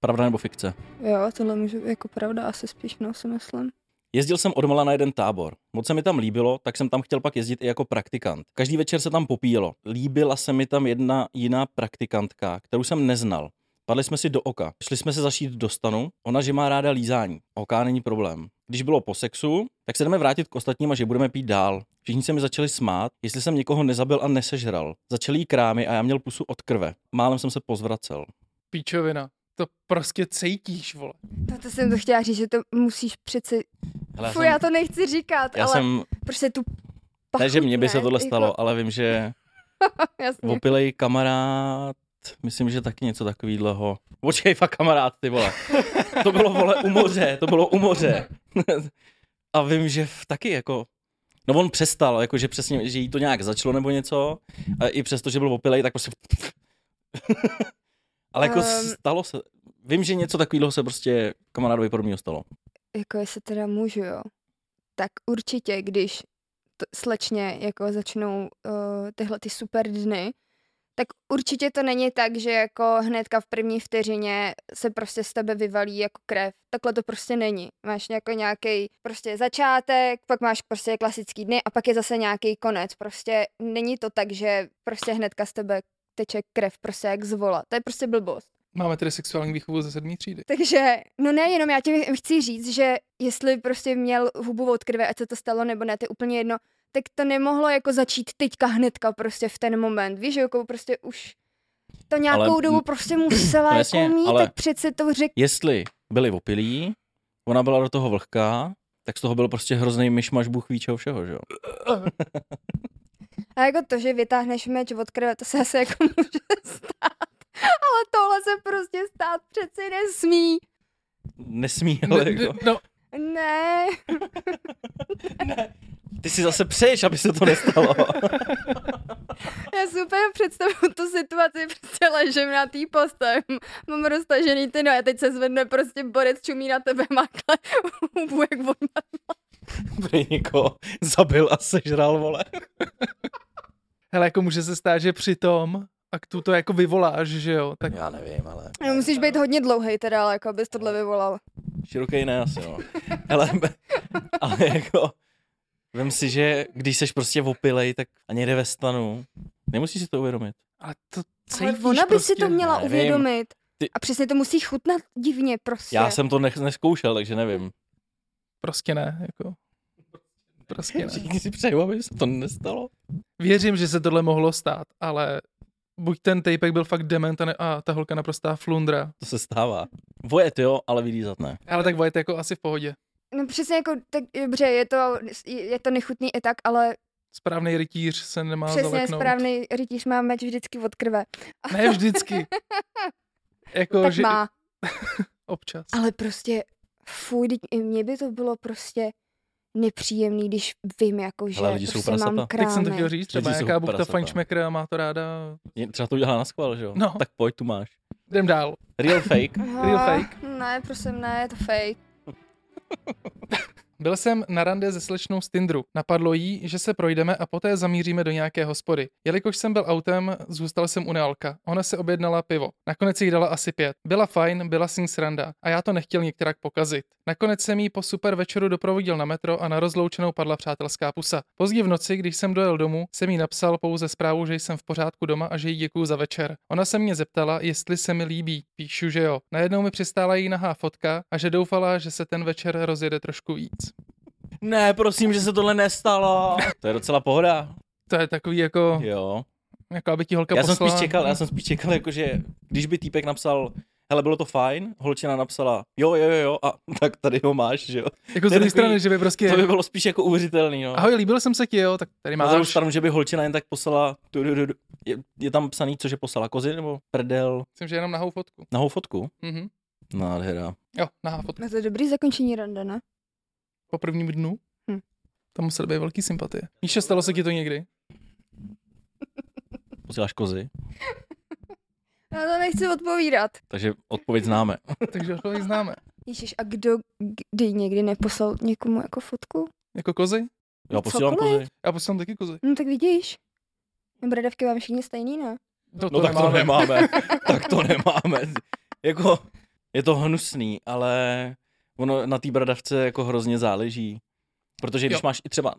Speaker 1: pravda nebo fikce?
Speaker 2: Jo, tohle můžu, jako pravda, asi spíš, no, si myslím.
Speaker 1: Jezdil jsem odmala na jeden tábor. Moc se mi tam líbilo, tak jsem tam chtěl pak jezdit i jako praktikant. Každý večer se tam popíjelo. Líbila se mi tam jedna jiná praktikantka, kterou jsem neznal. Padli jsme si do oka. Šli jsme se zašít do stanu. Ona, že má ráda lízání. Oka není problém. Když bylo po sexu, tak se jdeme vrátit k ostatním a že budeme pít dál. Všichni se mi začali smát, jestli jsem někoho nezabil a nesežral. Začali jí krámy a já měl pusu od krve. Málem jsem se pozvracel.
Speaker 3: Píčovina. To prostě cítíš, vole.
Speaker 2: No to jsem to chtěla říct, že to musíš přeci...
Speaker 1: Hele, já
Speaker 2: Fu,
Speaker 1: jsem-
Speaker 2: já to nechci říkat,
Speaker 1: já
Speaker 2: ale
Speaker 1: jsem,
Speaker 2: prostě tu
Speaker 1: ne, že mně by se
Speaker 2: pachutné,
Speaker 1: tohle
Speaker 2: jako-
Speaker 1: stalo, ale vím, že
Speaker 2: Jasně.
Speaker 1: Jako Opilej
Speaker 3: Jako-
Speaker 1: kamarád, myslím, že taky něco takového. Počkej, fakt kamarád, ty vole. To bylo, vole, u moře, to bylo u moře. [laughs] A vím, že v- taky jako... No on přestal, jako že přesně, že jí to nějak začalo nebo něco. A i přesto, že byl opilej, tak prostě... [laughs] Ale jako
Speaker 2: Ehm.
Speaker 1: stalo se... Vím, že něco takového se prostě kamarádovi podobného stalo.
Speaker 2: jako jestli teda můžu, jo, tak určitě, když t- slečně jako začnou uh, tyhle ty super dny, tak určitě to není tak, že jako hnedka v první vteřině se prostě z tebe vyvalí jako krev. Takhle to prostě není. Máš jako nějaký prostě začátek, pak máš prostě klasický dny a pak je zase nějaký konec. Prostě není to tak, že prostě hnedka z tebe teče krev prostě jak zvola. To je prostě blbost.
Speaker 3: Máme tedy sexuální výchovu ze sedmý třídy.
Speaker 2: Takže, no ne, jenom já ti chci říct, že jestli prostě měl hubu od krve, ať se to stalo nebo ne, to je úplně jedno, tak to nemohlo jako začít teďka hnedka prostě v ten moment. Víš, že jako prostě už to nějakou
Speaker 1: Ale-
Speaker 2: ale, dobu
Speaker 1: [clears throat]
Speaker 2: prostě musela
Speaker 1: No
Speaker 2: no
Speaker 1: jasně,
Speaker 2: jako mít,
Speaker 1: ale-
Speaker 2: ale... tak přece to řekl.
Speaker 1: Jestli byli opilí, ona byla do toho vlhká, tak z toho byl prostě hrozný myšmaš bůh ví čeho všeho, že jo?
Speaker 2: A jako to, že vytáhneš meč od krve, to se asi jako [laughs] může stát. Ale tohle se prostě stát přeci nesmí.
Speaker 1: Nesmí,
Speaker 3: Ne-
Speaker 1: [laughs] ale
Speaker 3: ne-
Speaker 1: jako,
Speaker 3: no,
Speaker 2: Ne,
Speaker 1: ty si zase přeješ, aby se to nestalo. [laughs]
Speaker 2: já si úplně představuju tu situaci, prostě ležím na té posteli, m- mám roztažený ty nohy, teď se zvedne prostě borec, čumí na tebe, má hubu [laughs] jak voda.
Speaker 1: Prej někoho zabil a sežral, vole.
Speaker 3: hele, jako může se stát, že přitom aktu to jako vyvoláš, že jo, tak
Speaker 1: Já nevím, ale...
Speaker 2: No, musíš být hodně dlouhý teda, ale jako abys tohle vyvolal.
Speaker 1: Široký ne asi, [laughs] no. Hele, be- ale jako, vem si, že když seš prostě opilej, tak ani jde ve stanu. Nemusíš si to uvědomit.
Speaker 3: a to
Speaker 2: Ale
Speaker 3: cítíš
Speaker 2: ona by
Speaker 3: prostě.
Speaker 2: si to měla
Speaker 1: Já nevím.
Speaker 2: uvědomit.
Speaker 1: Ty-
Speaker 2: A přesně to musí chutnat divně prostě.
Speaker 1: Já jsem to ne- neskoušel, takže nevím.
Speaker 3: Prostě ne, jako. Prostě ne.
Speaker 1: Všichni si přeju, aby se to nestalo.
Speaker 3: Věřím, že se tohle mohlo stát, ale buď ten tejpek byl fakt dement a, ne, a ta holka naprostá flundra.
Speaker 1: To se stává. Vojet jo, ale vylízat ne.
Speaker 3: Ale tak Vojte jako asi v pohodě.
Speaker 2: No přesně jako, tak dobře, je to, je to nechutný i tak, ale
Speaker 3: Správný rytíř se nemá
Speaker 2: přesně
Speaker 3: zaleknout.
Speaker 2: správný rytíř má meč vždycky od krve.
Speaker 3: Ne
Speaker 2: [laughs]
Speaker 3: vždycky. jako,
Speaker 2: tak
Speaker 3: že
Speaker 2: má,
Speaker 3: občas.
Speaker 2: ale prostě fuj, teď i mně by to bylo prostě nepříjemný, když vím jako, že
Speaker 1: Hele, lidi jsou
Speaker 2: prostě
Speaker 1: prasata.
Speaker 2: mám
Speaker 1: Tak
Speaker 2: krámy.
Speaker 3: Tak jsem to chtěl říct, třeba
Speaker 1: Lidi jsou
Speaker 3: nějaká buchta
Speaker 1: prasata.
Speaker 3: fančmekr a má to ráda.
Speaker 1: Je- Třeba to udělá na schvál, že jo?
Speaker 3: No.
Speaker 1: Tak pojď, tu máš.
Speaker 3: Jdem dál.
Speaker 1: Real fake. [laughs]
Speaker 3: Real fake?
Speaker 2: Ne, prosím, ne, je to fake.
Speaker 3: Byl jsem na rande se slečnou z Tindru. Napadlo jí, že se projdeme a poté zamíříme do nějaké hospody. Jelikož jsem byl autem, zůstal jsem u Nealka. Ona se objednala pivo. Nakonec jich dala asi pět. Byla fajn, byla s ní sranda a já to nechtěl některak pokazit. Nakonec jsem jí po super večeru doprovodil na metro a na rozloučenou padla přátelská pusa. Pozdě v noci, když jsem dojel domů, jsem jí napsal pouze zprávu, že jsem v pořádku doma a že jí děkuju za večer. Ona se mě zeptala, jestli se mi líbí. Píšu, že jo. Najednou mi přistála její nahá fotka a že doufala, že se ten večer rozjede trošku víc.
Speaker 1: Ne, prosím, že se tohle nestalo. To je docela pohoda.
Speaker 3: To je takový jako,
Speaker 1: Jo.
Speaker 3: jako aby ti holka
Speaker 1: Já jsem
Speaker 3: poslala.
Speaker 1: spíš čekal, já jsem spíš čekal, jakože když by týpek napsal, hele, bylo to fajn, holčina napsala, jo, jo, jo, jo, a [laughs] tak tady ho máš, že jo.
Speaker 3: Jako z
Speaker 1: to je
Speaker 3: druhé
Speaker 1: takový-
Speaker 3: strany, že by prostě...
Speaker 1: To by bylo spíš jako uvěřitelný, jo.
Speaker 3: Ahoj, líbil jsem se ti, jo, tak tady
Speaker 1: Na druhou
Speaker 3: máš.
Speaker 1: stranu, že by holčina jen tak poslala, tu, du, du, du. Je, je, tam psaný, cože poslala kozy nebo prdel,
Speaker 3: Myslím, že jenom nahou fotku.
Speaker 1: nahou fotku.
Speaker 3: Mhm.
Speaker 1: Nádhera.
Speaker 3: Jo, nahá fotka.
Speaker 2: No to je dobrý zakončení rande, ne?
Speaker 3: Po prvním dnu.
Speaker 2: Hm.
Speaker 3: Tam musel být velký sympatie. Míše, stalo se ti to někdy?
Speaker 1: Posíláš kozy,
Speaker 2: Já to nechci odpovídat.
Speaker 1: takže odpověď známe.
Speaker 3: Takže ho člověk známe.
Speaker 2: Ježíš, a kdo kdy někdy neposlal někomu jako fotku?
Speaker 3: Jako kozy?
Speaker 1: Já posílám
Speaker 2: Cokoliv.
Speaker 1: kozy.
Speaker 3: Já posílám taky kozy.
Speaker 2: No tak vidíš. No bradavky mám všichni stejný, ne? [laughs]
Speaker 3: To,
Speaker 1: No tak to
Speaker 3: [laughs]
Speaker 1: nemáme, tak to nemáme. Jako, je to hnusný, ale ono na té bradavce jako hrozně záleží. Protože když
Speaker 3: Jo.
Speaker 1: jo. máš i třeba,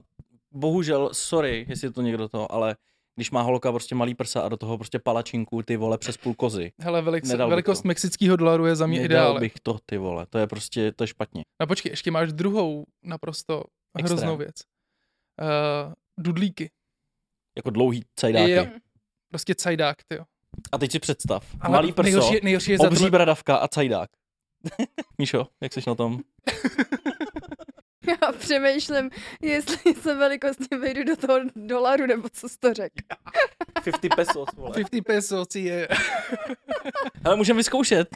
Speaker 1: bohužel, sorry, jestli to někdo to, ale když má holka prostě malý prsa a do toho prostě palačinku, ty vole, přes půl kozy.
Speaker 3: Hele, velik,
Speaker 1: Nedal bych
Speaker 3: velikost
Speaker 1: to.
Speaker 3: mexického dolaru je za mě
Speaker 1: Nedal
Speaker 3: ideál.
Speaker 1: bych to, ty vole, to je prostě, to je špatně.
Speaker 3: No počkej, ještě máš druhou naprosto
Speaker 1: Extrém.
Speaker 3: hroznou věc. Uh, dudlíky.
Speaker 1: Jako dlouhý cajdáky.
Speaker 3: Jo. Prostě cajdák, ty jo.
Speaker 1: A teď si představ, ale malý prso,
Speaker 3: Nejhorší, je- nejhorší je za
Speaker 1: obří
Speaker 3: tohle,
Speaker 1: bradavka a cajdák. [laughs] Míšo, jak jsi na tom?
Speaker 2: Já přemýšlím, jestli se velikostně vejdu do toho dolaru, nebo co jsi to řekl.
Speaker 1: 50 pesos, vole.
Speaker 3: 50 pesos je...
Speaker 1: Ale můžeme [laughs] vyzkoušet.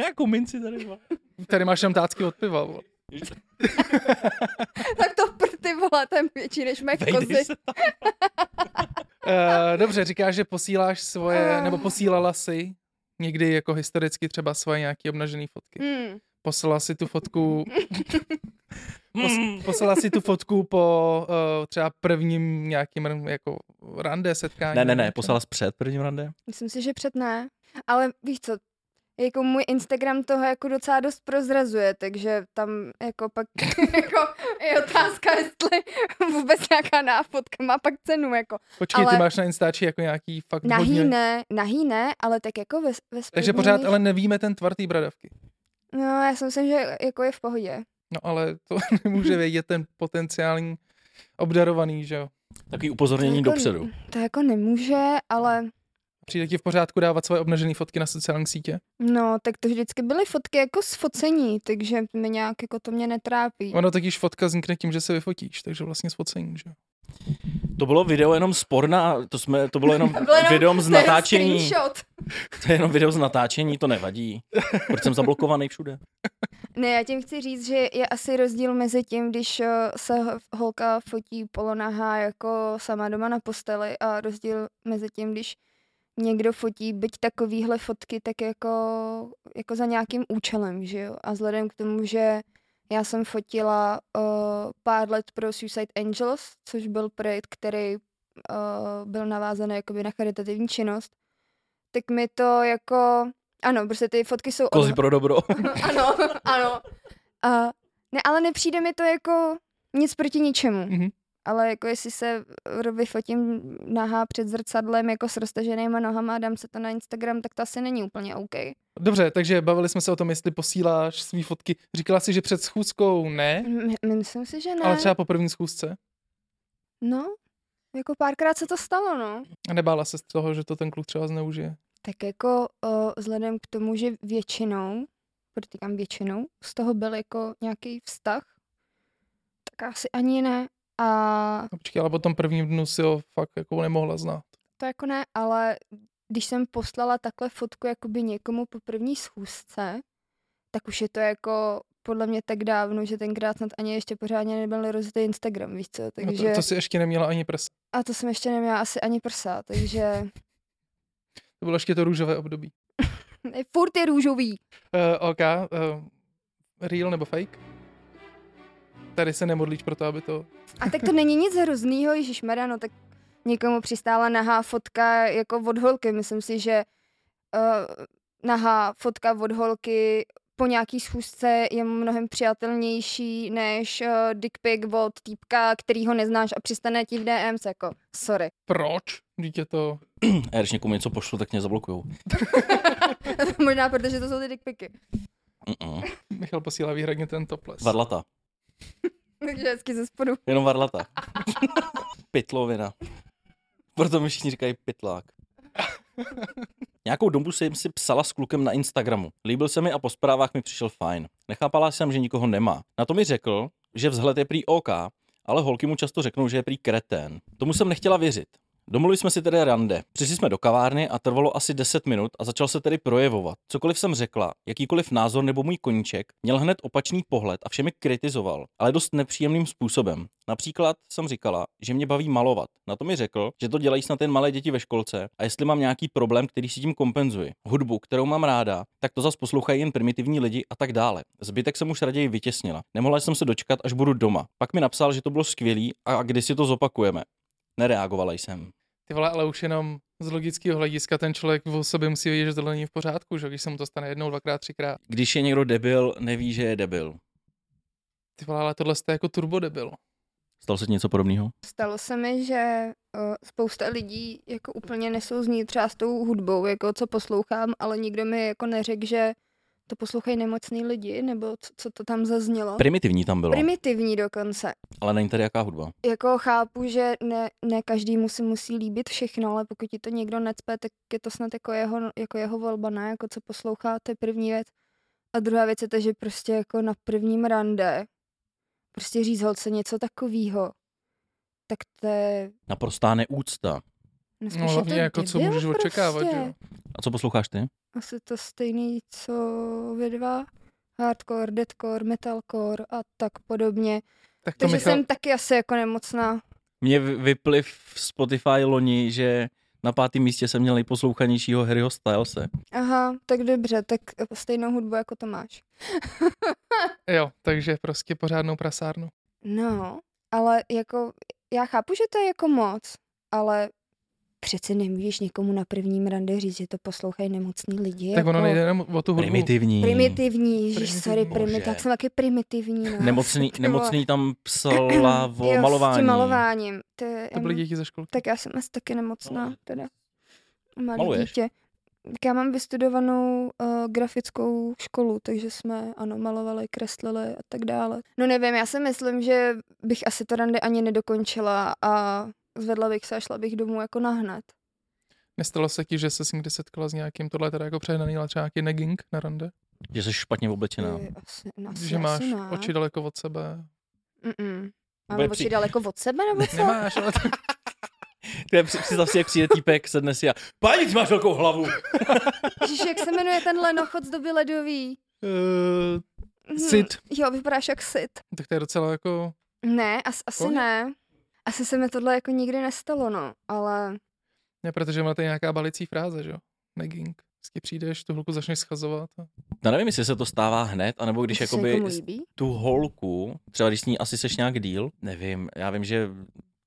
Speaker 1: Nějakou minci tady má.
Speaker 3: Tady máš tam tácky od piva, vole.
Speaker 2: Tak to prty volá, tam větší než mé kozy.
Speaker 1: Vejdeš se tam.
Speaker 3: Eh, dobře, říkáš, že posíláš svoje,
Speaker 2: Ah.
Speaker 3: nebo posílala si někdy jako historicky třeba svoje nějaké obnažené fotky.
Speaker 2: Hmm.
Speaker 3: Poslala si tu fotku
Speaker 1: Hmm.
Speaker 3: Pos- poslala si tu fotku po uh, třeba prvním nějakým jako rande, setkání.
Speaker 1: Ne, ne, ne, poslala jsi před prvním rande?
Speaker 2: Myslím si, že před ne. Ale víš co, jako můj Instagram toho jako docela dost prozrazuje, takže tam jako
Speaker 3: [laughs]
Speaker 2: pak jako je otázka, jestli vůbec nějaká náfotka má pak cenu, jako.
Speaker 3: Počkej, ale... ty
Speaker 2: ale-
Speaker 3: máš na Instači jako nějaký fakt
Speaker 2: Nahý
Speaker 3: hodně...
Speaker 2: ne, nahý ne, ale tak jako ve, ve
Speaker 3: Takže
Speaker 2: spodních-
Speaker 3: pořád ale nevíme ten tvar té bradavky.
Speaker 2: No, já si myslím, že jako je v pohodě.
Speaker 3: No ale to [laughs] nemůže vědět ten potenciální obdarovaný, že jo.
Speaker 1: Takový upozornění
Speaker 2: To jako-
Speaker 1: dopředu.
Speaker 2: To jako nemůže, ale
Speaker 3: Přijde ti v pořádku dávat svoje obnažené fotky na sociální sítě?
Speaker 2: no, tak to vždycky byly fotky jako z focení, takže mě nějak jako to mě netrápí.
Speaker 3: Ono totiž fotka vznikne tím, že se vyfotíš, takže vlastně sfocení, že jo.
Speaker 1: To bylo video jenom z porna, to, jsme, to bylo jenom
Speaker 2: To [laughs] bylo jenom-
Speaker 1: video z
Speaker 2: To je
Speaker 1: natáčení.
Speaker 2: screenshot.
Speaker 1: To je jenom video z natáčení, to nevadí. Proč jsem zablokovaný všude?
Speaker 2: Ne, já tím chci říct, že je asi rozdíl mezi tím, když eh, se ho- holka fotí polonahá jako sama doma na posteli a rozdíl mezi tím, když někdo fotí byť takovýhle fotky, tak jako, jako za nějakým účelem, že jo? A vzhledem k tomu, že já jsem fotila uh, pár let pro Suicide Angels, což byl projekt, který uh, byl navázaný jakoby na charitativní činnost, tak mi to jako... Ano, prostě ty fotky jsou...
Speaker 1: Kozy
Speaker 2: odha-
Speaker 1: pro dobro.
Speaker 2: [laughs]
Speaker 3: [laughs]
Speaker 2: ano, ano. A, ne, ale nepřijde mi to jako nic proti ničemu.
Speaker 3: Mhm.
Speaker 2: Ale jako jestli se r- vyfotím nahá před zrcadlem jako s roztaženýma nohama a dám se to na Instagram, tak to asi není úplně OK.
Speaker 3: Dobře, takže bavili jsme se o tom, jestli posíláš svý fotky. Říkala si, že před schůzkou ne,
Speaker 2: M- myslím si, že ne.
Speaker 3: ale třeba po první schůzce.
Speaker 2: No, jako párkrát se to stalo, no.
Speaker 3: A nebála se z toho, že to ten kluk třeba zneužije.
Speaker 2: Tak jako o, vzhledem k tomu, že většinou, podotýkám většinou, z toho byl jako nějaký vztah, tak asi ani ne. A
Speaker 3: A No, Počkej, ale po tom prvním dnu si ho fakt jako nemohla znát.
Speaker 2: To jako ne, ale když jsem poslala takhle fotku jakoby někomu po první schůzce, tak už je to jako podle mě tak dávno, že tenkrát snad ani ještě pořádně nebyl rozjetý Instagram, víš co,
Speaker 3: No
Speaker 2: takže...
Speaker 3: To, to si ještě neměla ani prsa.
Speaker 2: A to jsem ještě neměla asi ani prsa, takže... [laughs]
Speaker 3: To bylo ještě to růžové období.
Speaker 2: Ne, Furt je růžový.
Speaker 3: Uh, OK, uh, real nebo fake? Tady se nemodlíš pro to, aby to...
Speaker 2: A tak to není nic hroznýho, Ježíš no tak někomu přistála nahá fotka jako od holky. Myslím si, že uh, nahá fotka od holky po nějaký schůzce je mnohem přijatelnější než uh, dick pic od týpka, který ho neznáš a přistane ti v DMs, jako sorry. [laughs]
Speaker 3: Proč? Dítě to...
Speaker 1: A když někomu něco pošlu, tak mě zablokujou.
Speaker 2: Možná protože to jsou ty dick picy.
Speaker 1: Mm-mm.
Speaker 3: Michal posílá výhradně ten toples.
Speaker 1: Varlata.
Speaker 2: Takže hezky ze spodu.
Speaker 1: Jenom varlata. [laughs] Pytlovina. Proto mi všichni říkají pytlák. Nějakou dobu jsem si psala s klukem na Instagramu. Líbil se mi a po zprávách mi přišel fajn. Nechápala jsem, že nikoho nemá. Na to mi řekl, že vzhled je prý OK, ale holky mu často řeknou, že je prý kretén. Tomu jsem nechtěla věřit. Domluvili jsme si tedy rande. Přišli jsme do kavárny a trvalo asi 10 minut a začal se tedy projevovat. Cokoliv jsem řekla, jakýkoliv názor nebo můj koníček, měl hned opačný pohled a všemi kritizoval, ale dost nepříjemným způsobem. Například jsem říkala, že mě baví malovat. Na to mi řekl, že to dělají snad jen malé děti ve školce a jestli mám nějaký problém, který si tím kompenzuji. Hudbu, kterou mám ráda, tak to zas poslouchají jen primitivní lidi a tak dále. Zbytek jsem už raději vytěsnila. Nemohla jsem se dočkat, až budu doma. Pak mi napsal, že to bylo skvělý a kdy si to zopakujeme. Nereagovala jsem.
Speaker 3: Ty vole, ale už jenom z logického hlediska ten člověk o sobě musí vědět, že tohle není v pořádku, že jo, když se mu to stane jednou, dvakrát, třikrát.
Speaker 1: když je někdo debil, neví, že je debil.
Speaker 3: Ty vole, ale tohle jste jako turbo debil.
Speaker 1: Stalo se ti něco podobného?
Speaker 2: Stalo se mi, že uh, spousta lidí jako úplně nesouzní třeba s tou hudbou, jako co poslouchám, ale nikdo mi jako neřekl, že to poslouchají nemocný lidi, nebo co, co to tam zaznělo.
Speaker 1: Primitivní tam bylo,
Speaker 2: Primitivní dokonce.
Speaker 1: ale není tady jaká hudba.
Speaker 2: Jako chápu, že ne, ne každému se musí líbit všechno, ale pokud ti to někdo necpe, tak je to snad jako jeho, jako jeho volba, ne? Jako co poslouchá, to je první věc. A druhá věc je to, že prostě jako na prvním rande prostě říct holce něco takového, tak to je
Speaker 1: Naprostá neúcta.
Speaker 2: No, spíš
Speaker 3: No
Speaker 2: je
Speaker 3: hlavně
Speaker 2: to
Speaker 3: jako co
Speaker 2: debil
Speaker 3: můžeš očekávat, že
Speaker 2: prostě.
Speaker 3: jo.
Speaker 1: A co posloucháš ty?
Speaker 2: Asi to stejný, co vy dva. Hardcore, deadcore, metalcore a tak podobně.
Speaker 3: Tak to
Speaker 2: Takže
Speaker 3: Michal,
Speaker 2: jsem taky asi jako nemocná.
Speaker 1: Mně vy- vypliv v Spotify loni, že Na pátém místě jsem měl nejposlouchanějšího Harryho Stylese.
Speaker 2: Aha, tak dobře, tak stejnou hudbu jako Tomáš.
Speaker 3: Jo, takže prostě pořádnou prasárnu.
Speaker 2: No, ale jako, já chápu, že to je jako moc, ale přece nemůžeš někomu na prvním rande říct, že to poslouchají nemocní lidi.
Speaker 3: Tak
Speaker 2: jako
Speaker 3: ono nejde jenom o tu hudbu.
Speaker 1: Primitivní.
Speaker 2: Primitivní, ježiš, sorry,
Speaker 1: Primitivní.
Speaker 2: primi, tak
Speaker 1: Bože.
Speaker 2: jsem taky primitivní. No.
Speaker 1: Nemocný,
Speaker 2: [laughs] Ty vole.
Speaker 1: nemocný tam psala
Speaker 2: Jo,
Speaker 1: o
Speaker 2: S
Speaker 1: malování.
Speaker 2: tím malováním. To, je,
Speaker 3: To byly děti ze školky.
Speaker 2: Tak já jsem asi taky nemocná,
Speaker 1: Maluješ.
Speaker 2: teda. Malý
Speaker 1: No. Maluješ?
Speaker 2: dítě. Tak Já mám vystudovanou uh, grafickou školu, takže jsme, ano, malovali, kreslili a tak dále. No nevím, já si myslím, že bych asi to rande ani nedokončila a zvedla bych se a šla bych domů jako nahnat.
Speaker 3: Nestalo se ti, že se někdy setkala s nějakým tohle teda jako přehnaný, ale třeba nějaký negging na rande?
Speaker 1: Že jsi špatně oblečená.
Speaker 2: Ty, Asi, no, asi,
Speaker 3: Že máš
Speaker 2: asi ne.
Speaker 3: oči daleko od sebe.
Speaker 2: Mm-mm. Mám
Speaker 1: Bude
Speaker 2: oči
Speaker 1: při-
Speaker 2: daleko od sebe
Speaker 3: [laughs]
Speaker 2: nebo co?
Speaker 3: Nemáš, ale tak...
Speaker 1: Ty je- představ si, jak přijde týpek, sedne si a Pani, ty máš velkou
Speaker 2: [laughs]
Speaker 1: hlavu.
Speaker 2: Ježiš, jak se jmenuje tenhle nochod z doby ledový?
Speaker 1: Eh,
Speaker 3: Uh,
Speaker 2: Mhm.
Speaker 3: Sid.
Speaker 2: Jo, vypadáš jak sit.
Speaker 3: tak to je docela jako...
Speaker 2: Ne, as, asi
Speaker 3: Kolik?
Speaker 2: ne. Asi se mi tohle jako nikdy nestalo, no, ale
Speaker 3: Ne, protože máte nějaká balicí fráze, že jo? Negging. Vždycky přijdeš, tu holku začneš schazovat. A...
Speaker 1: Já nevím, jestli se to stává hned, anebo když
Speaker 2: to se
Speaker 1: jakoby
Speaker 2: někomu líbí.
Speaker 1: tu holku, třeba když s ní asi seš nějak díl, nevím, já vím, že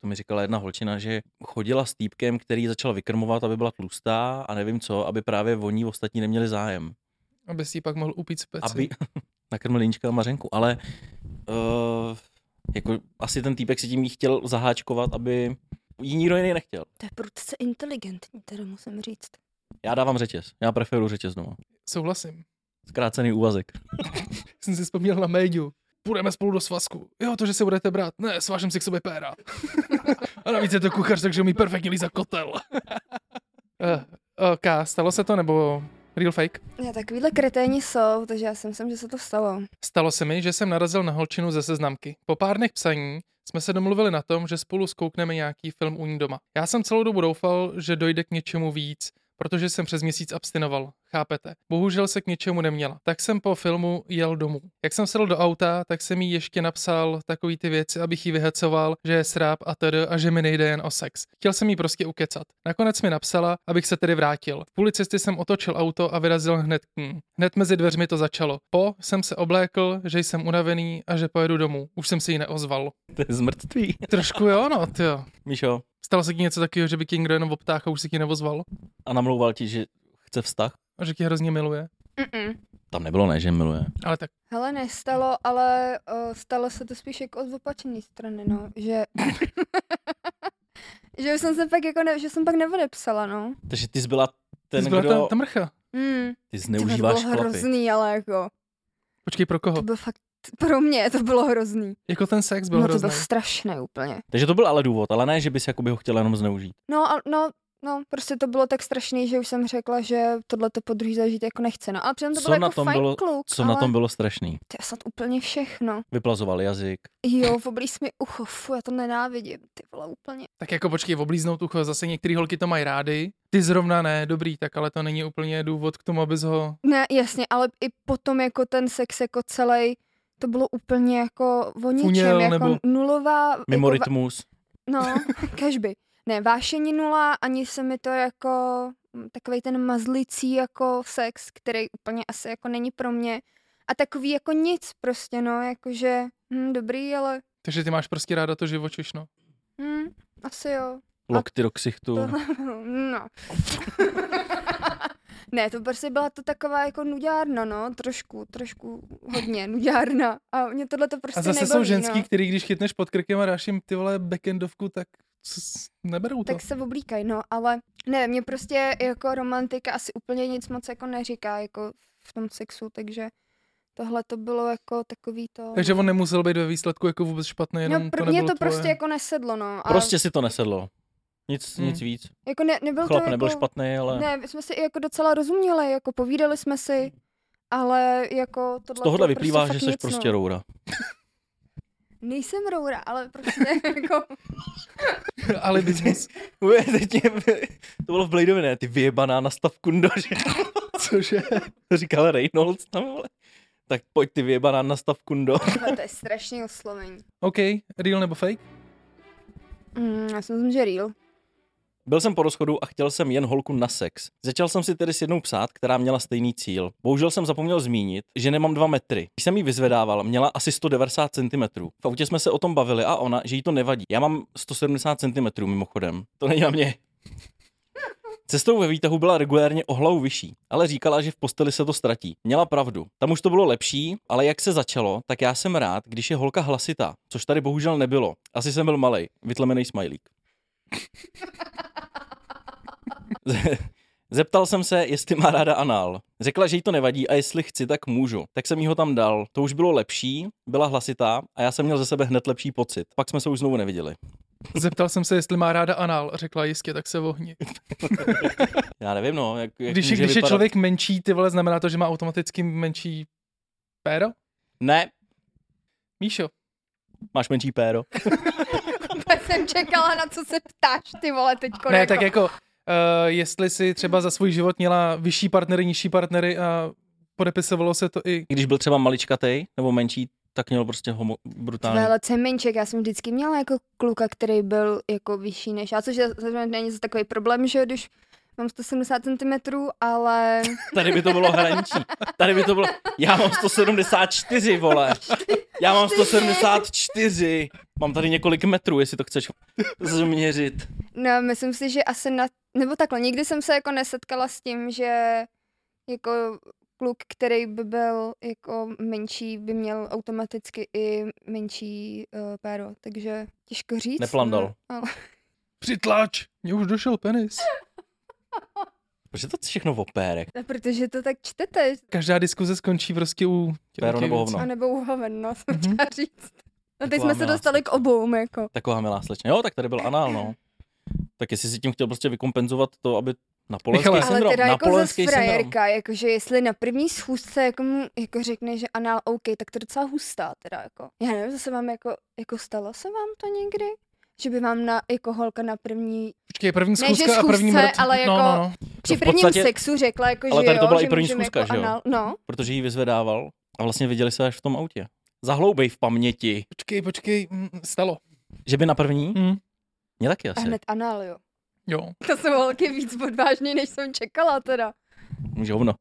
Speaker 1: to mi říkala jedna holčina, že chodila s týpkem, který začal vykrmovat, aby byla tlustá a nevím co, aby právě o ní ostatní neměli zájem.
Speaker 3: Aby si ji pak mohl upít speci.
Speaker 1: Aby [laughs] nakrmil Jinčka a Mařenku, ale uh, jako asi ten týpek si tím jí chtěl zaháčkovat, aby jí nikdo jiný nechtěl.
Speaker 2: To je prudce inteligentní, teda musím říct.
Speaker 1: Já dávám řetěz, já preferuji řetěz doma.
Speaker 3: [laughs] Souhlasím.
Speaker 1: Zkrácený úvazek.
Speaker 3: Jsem si vzpomněl na médiu. Půjdeme spolu do svazku. Jo, to, že se budete brát. Ne, svážem si k sobě péra. [laughs] a navíc je to kuchař, takže umí perfektně lízat kotel. [laughs] uh, ok, stalo se to nebo real fake?
Speaker 2: Já takovýhle kreténi jsou, takže já si myslím, že se to stalo.
Speaker 3: Stalo se mi, že jsem narazil na holčinu ze seznamky. Po pár dnech psaní jsme se domluvili na tom, že spolu zkoukneme nějaký film u ní doma. Já jsem celou dobu doufal, že dojde k něčemu víc, protože jsem přes měsíc abstinoval, chápete. Bohužel se k něčemu neměla. Tak jsem po filmu jel domů. Jak jsem sedl do auta, tak jsem jí ještě napsal takový ty věci, abych jí vyhecoval, že je sráb a td. a že mi nejde jen o sex. Chtěl jsem jí prostě ukecat. Nakonec mi napsala, abych se tedy vrátil. V půli cesty jsem otočil auto a vyrazil hned k ní. Hned mezi dveřmi to začalo. Po jsem se oblékl, že jsem unavený a že pojedu domů. Už jsem se jí neozval.
Speaker 1: [laughs] To je zmrtví.
Speaker 3: Trošku jo, no, tyjo.
Speaker 1: [laughs] Míšo,
Speaker 3: Stalo se ti něco takového, že by ti někdo jenom obtáhl a už se ti neozval?
Speaker 1: a namlouval ti, že chce vztah?
Speaker 3: A že tě hrozně miluje?
Speaker 2: Mm-mm.
Speaker 1: Tam nebylo ne, že miluje.
Speaker 3: Ale tak
Speaker 2: Hele, nestalo, ale uh, stalo se to spíš jako od opačné strany, no, že... [laughs] že už jsem se pak jako, ne, že jsem pak neodepsala, no.
Speaker 1: Takže ty jsi byla ten,
Speaker 3: ten, byla
Speaker 1: kdo...
Speaker 3: kdo... ta, ta mrcha.
Speaker 2: Mm.
Speaker 1: Ty
Speaker 2: Ty vole,
Speaker 1: zneužíváš
Speaker 2: to bylo
Speaker 1: chlapy.
Speaker 2: hrozný, ale jako,
Speaker 3: Počkej, pro koho?
Speaker 2: to bylo fakt, pro mě to bylo hrozný.
Speaker 3: Jako ten sex byl
Speaker 2: Bylo no to
Speaker 3: hrozný.
Speaker 2: bylo strašné úplně.
Speaker 1: Takže to byl ale důvod, ale ne, že bys jakoby ho chtěla jenom zneužít.
Speaker 2: No, a, no, no, prostě to bylo tak strašný, že už jsem řekla, že tohle to podruhý zažít jako nechce. No, ale přitom to
Speaker 1: Co
Speaker 2: bylo
Speaker 1: na
Speaker 2: jako
Speaker 1: tom
Speaker 2: fajn
Speaker 1: bylo-
Speaker 2: kluk,
Speaker 1: Co
Speaker 2: ale
Speaker 1: na tom bylo strašný?
Speaker 2: to je snad úplně všechno.
Speaker 1: Vyplazoval jazyk.
Speaker 2: Jo, oblíz mi ucho, fu, já to nenávidím, ty vole, úplně.
Speaker 3: Tak jako počkej, oblíznout ucho, zase některé holky to mají rády. Ty zrovna ne, dobrý, tak ale to není úplně důvod k tomu, abys ho...
Speaker 2: Ne, jasně, ale i potom jako ten sex jako celý, to bylo úplně jako o ničem,
Speaker 3: Funěl
Speaker 2: jako
Speaker 3: nebo-
Speaker 2: nulová...
Speaker 1: Mimo
Speaker 2: jako, va-
Speaker 1: rytmus.
Speaker 3: [laughs]
Speaker 2: No, kažby. Ne, vášení nula, ani se mi to jako mm, takový ten mazlicí jako sex, který úplně asi jako není pro mě. A takový jako nic prostě, no, jakože, hm, dobrý, ale,
Speaker 3: Takže ty máš prostě ráda to živočišno.
Speaker 2: hm, asi jo. [laughs]
Speaker 1: Lokty do ksichtu.
Speaker 2: Tohle- No. [laughs] ne, to prostě byla to taková jako nuďárna, no, trošku, trošku hodně nuďárna. A mě tohle to prostě
Speaker 3: A zase
Speaker 2: nebaví,
Speaker 3: jsou ženský,
Speaker 2: no.
Speaker 3: který když chytneš pod krkem a dáš jim ty vole backendovku, tak s- s- neberou to.
Speaker 2: Tak se oblíkají, no, ale ne, mě prostě jako romantika asi úplně nic moc jako neříká, jako v tom sexu, takže tohle to bylo jako takový to...
Speaker 3: Takže on nemusel být ve výsledku jako vůbec špatný, jenom
Speaker 2: no,
Speaker 3: to
Speaker 2: pro mě
Speaker 3: nebylo
Speaker 2: to
Speaker 3: tvoje.
Speaker 2: prostě
Speaker 3: [laughs]
Speaker 2: jako nesedlo, no. A
Speaker 1: Prostě si to nesedlo. Nic,
Speaker 3: Hmm.
Speaker 1: nic víc.
Speaker 2: Jako ne, nebyl
Speaker 1: Chlap
Speaker 2: to
Speaker 1: nebyl
Speaker 2: jako...
Speaker 1: špatný, ale
Speaker 2: Ne, my jsme si i jako docela rozuměli, jako povídali jsme si, ale jako tohle
Speaker 1: z tohohle
Speaker 2: to je
Speaker 1: vyplývá,
Speaker 2: prostě
Speaker 1: že
Speaker 2: fakt
Speaker 1: jsi
Speaker 2: nic,
Speaker 1: prostě
Speaker 2: no.
Speaker 1: roura.
Speaker 2: Nejsem roura, ale prostě [laughs] jako...
Speaker 3: ale biznis.
Speaker 1: to bylo v Bladeovi, ne? Ty vyjebaná na stav kundo, že?
Speaker 2: [laughs]
Speaker 3: Cože?
Speaker 1: Říkal Reynolds tam, vole. Tak pojď ty vyjebaná na stav kundo.
Speaker 2: Ale to je strašný oslovení.
Speaker 3: OK, real nebo fake?
Speaker 2: Mm, já si myslím, že real. [laughs]
Speaker 1: Byl jsem po rozchodu a chtěl jsem jen holku na sex. Začal jsem si tedy s jednou psát, která měla stejný cíl. Bohužel jsem zapomněl zmínit, že nemám 2 metry. Když jsem ji vyzvedával, měla asi 190 cm. V autě jsme se o tom bavili a ona, že jí to nevadí. Já mám 170 cm mimochodem. To není na mě. Cestou ve výtahu byla regulérně o hlavu vyšší, ale říkala, že v posteli se to ztratí. Měla pravdu. Tam už to bylo lepší, ale jak se začalo, tak já jsem rád, když je holka hlasitá, což tady bohužel nebylo. Asi jsem byl malej, vytlemený smajlík. [laughs] Zeptal jsem se, jestli má ráda anál. Řekla, že jí to nevadí a jestli chci, tak můžu. Tak jsem jí ho tam dal. To už bylo lepší, byla hlasitá a já jsem měl ze sebe hned lepší pocit. Pak jsme se už znovu neviděli.
Speaker 3: Zeptal jsem se, jestli má ráda anál. Řekla jistě, tak se vohni.
Speaker 1: Já nevím, no. Jak, jak
Speaker 3: Když, je-
Speaker 1: může
Speaker 3: když je
Speaker 1: vypadat-
Speaker 3: člověk menší, ty vole, znamená to, že má automaticky menší péro?
Speaker 1: Ne,
Speaker 3: Míšo,
Speaker 1: máš menší péro.
Speaker 2: Já jsem čekala, na co se ptáš, ty vole, teďko.
Speaker 3: ne, tak jako, uh, jestli si třeba za svůj život měla vyšší partnery, nižší partnery a podepisovalo se to i...
Speaker 1: Když byl třeba maličkatej nebo menší, tak měl prostě homo, brutální.
Speaker 2: Ale jsem menšek, já jsem vždycky měla jako kluka, který byl jako vyšší než já, což je zase není zase takový problém, že jo, když mám 170 cm, ale
Speaker 1: Tady by to bylo hraničí. Tady by to bylo... Já mám 174, vole. Já mám 174. Mám tady několik metrů, jestli to chceš změřit.
Speaker 2: no, myslím si, že asi na, nebo takhle, nikdy jsem se jako nesetkala s tím, že jako kluk, který by byl jako menší, by měl automaticky i menší uh, péro, takže těžko říct.
Speaker 1: Neplandal.
Speaker 2: No, ale...
Speaker 3: Přitlač! Mně už došel penis.
Speaker 1: Protože to všechno o pérek.
Speaker 2: No, protože to tak čtete,
Speaker 3: Každá diskuze skončí prostě u...
Speaker 1: Péro nebo hovno.
Speaker 2: a nebo uhoven, no, jsem
Speaker 3: Mhm.
Speaker 2: chtěla říct. No, teď
Speaker 1: Taková
Speaker 2: jsme se
Speaker 1: milá
Speaker 2: dostali k
Speaker 1: slečna.
Speaker 2: obou, jako.
Speaker 1: Taková milá slečna. Jo, tak tady byl anál, no. Tak jestli si tím chtěl prostě vykompenzovat to, aby napoleonský
Speaker 3: Michale.
Speaker 2: Ale
Speaker 1: syndrom.
Speaker 2: teda jako zase
Speaker 1: napoleonský syndrom.
Speaker 2: frajerka, jakože jestli na první schůzce jako, mu- jako řekne, že anal OK, tak to je docela hustá teda jako. Já nevím, zase vám jako, jako stalo se vám to někdy? Že by vám na, jako holka na první,
Speaker 3: Počkej, první
Speaker 2: Ne, že
Speaker 3: schůzka a první
Speaker 2: schůzce,
Speaker 3: mrt.
Speaker 2: ale jako-
Speaker 3: No, no, no.
Speaker 2: při
Speaker 1: v
Speaker 2: prvním
Speaker 1: podstatě-
Speaker 2: sexu řekla, jako,
Speaker 1: Ale
Speaker 2: že
Speaker 1: tady to
Speaker 2: jo,
Speaker 1: byla
Speaker 2: že
Speaker 1: i první
Speaker 2: můžeme
Speaker 1: schůzka,
Speaker 2: jako
Speaker 1: že jo?
Speaker 2: Anal, no,
Speaker 1: Protože ji vyzvedával a vlastně viděli se až v tom autě. Zahloubej v paměti.
Speaker 3: Počkej, počkej, mm, stalo.
Speaker 1: Že by na první?
Speaker 3: Mm.
Speaker 1: Mě taky
Speaker 2: a
Speaker 1: asi.
Speaker 2: hned anal, jo. [laughs]
Speaker 3: Jo.
Speaker 2: To jsou holky víc odvážný, než jsem čekala teda.
Speaker 1: Může hovno.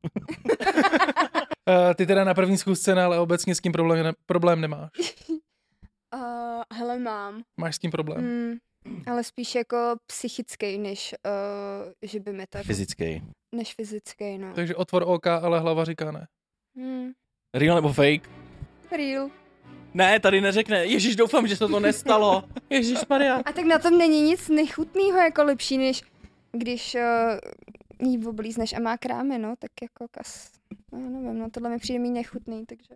Speaker 3: Uh, ty teda na první schůzce, ne, ale obecně s tím problém, ne, problém nemáš.
Speaker 2: Uh, hele, mám.
Speaker 3: Máš s tím problém.
Speaker 2: Mm, ale spíš jako psychický, než uh, že by mi tak...
Speaker 1: Fyzický.
Speaker 2: Než fyzický, no.
Speaker 3: Takže otvor oka, ale hlava říká ne.
Speaker 2: Hmm.
Speaker 1: Real nebo fake?
Speaker 2: Real.
Speaker 1: Ne, tady neřekne. Ježíš, doufám, že se to nestalo. Ježíš Maria.
Speaker 2: A tak na tom není nic nechutného jako lepší, než když uh, jí oblízneš a má krámy, no, tak jako kas. No, já nevím, no, tohle mi přijde mít nechutný, takže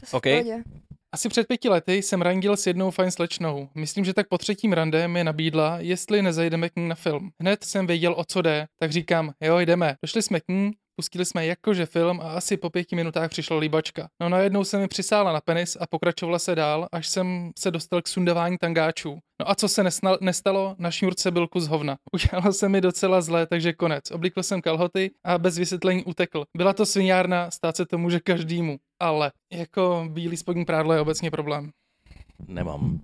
Speaker 2: to se
Speaker 1: Ok.
Speaker 2: okay. v pohodě.
Speaker 3: Asi před pěti lety jsem randil s jednou fajn slečnou. Myslím, že tak po třetím rande mi nabídla, jestli nezajdeme k ní na film. Hned jsem věděl, o co jde, tak říkám, jo, jdeme. Došli jsme k ní, pustili jsme jakože film a asi po pěti minutách přišla líbačka. No najednou se mi přisála na penis a pokračovala se dál, až jsem se dostal k sundavání tangáčů. No a co se nesna- nestalo? Na šňůrce byl kus hovna. [laughs] Udělalo se mi docela zlé, takže konec. Oblikl jsem kalhoty a bez vysvětlení utekl. Byla to svinárna, stát se to může každému. Ale jako bílý spodní prádlo je obecně problém. [laughs]
Speaker 1: Nemám.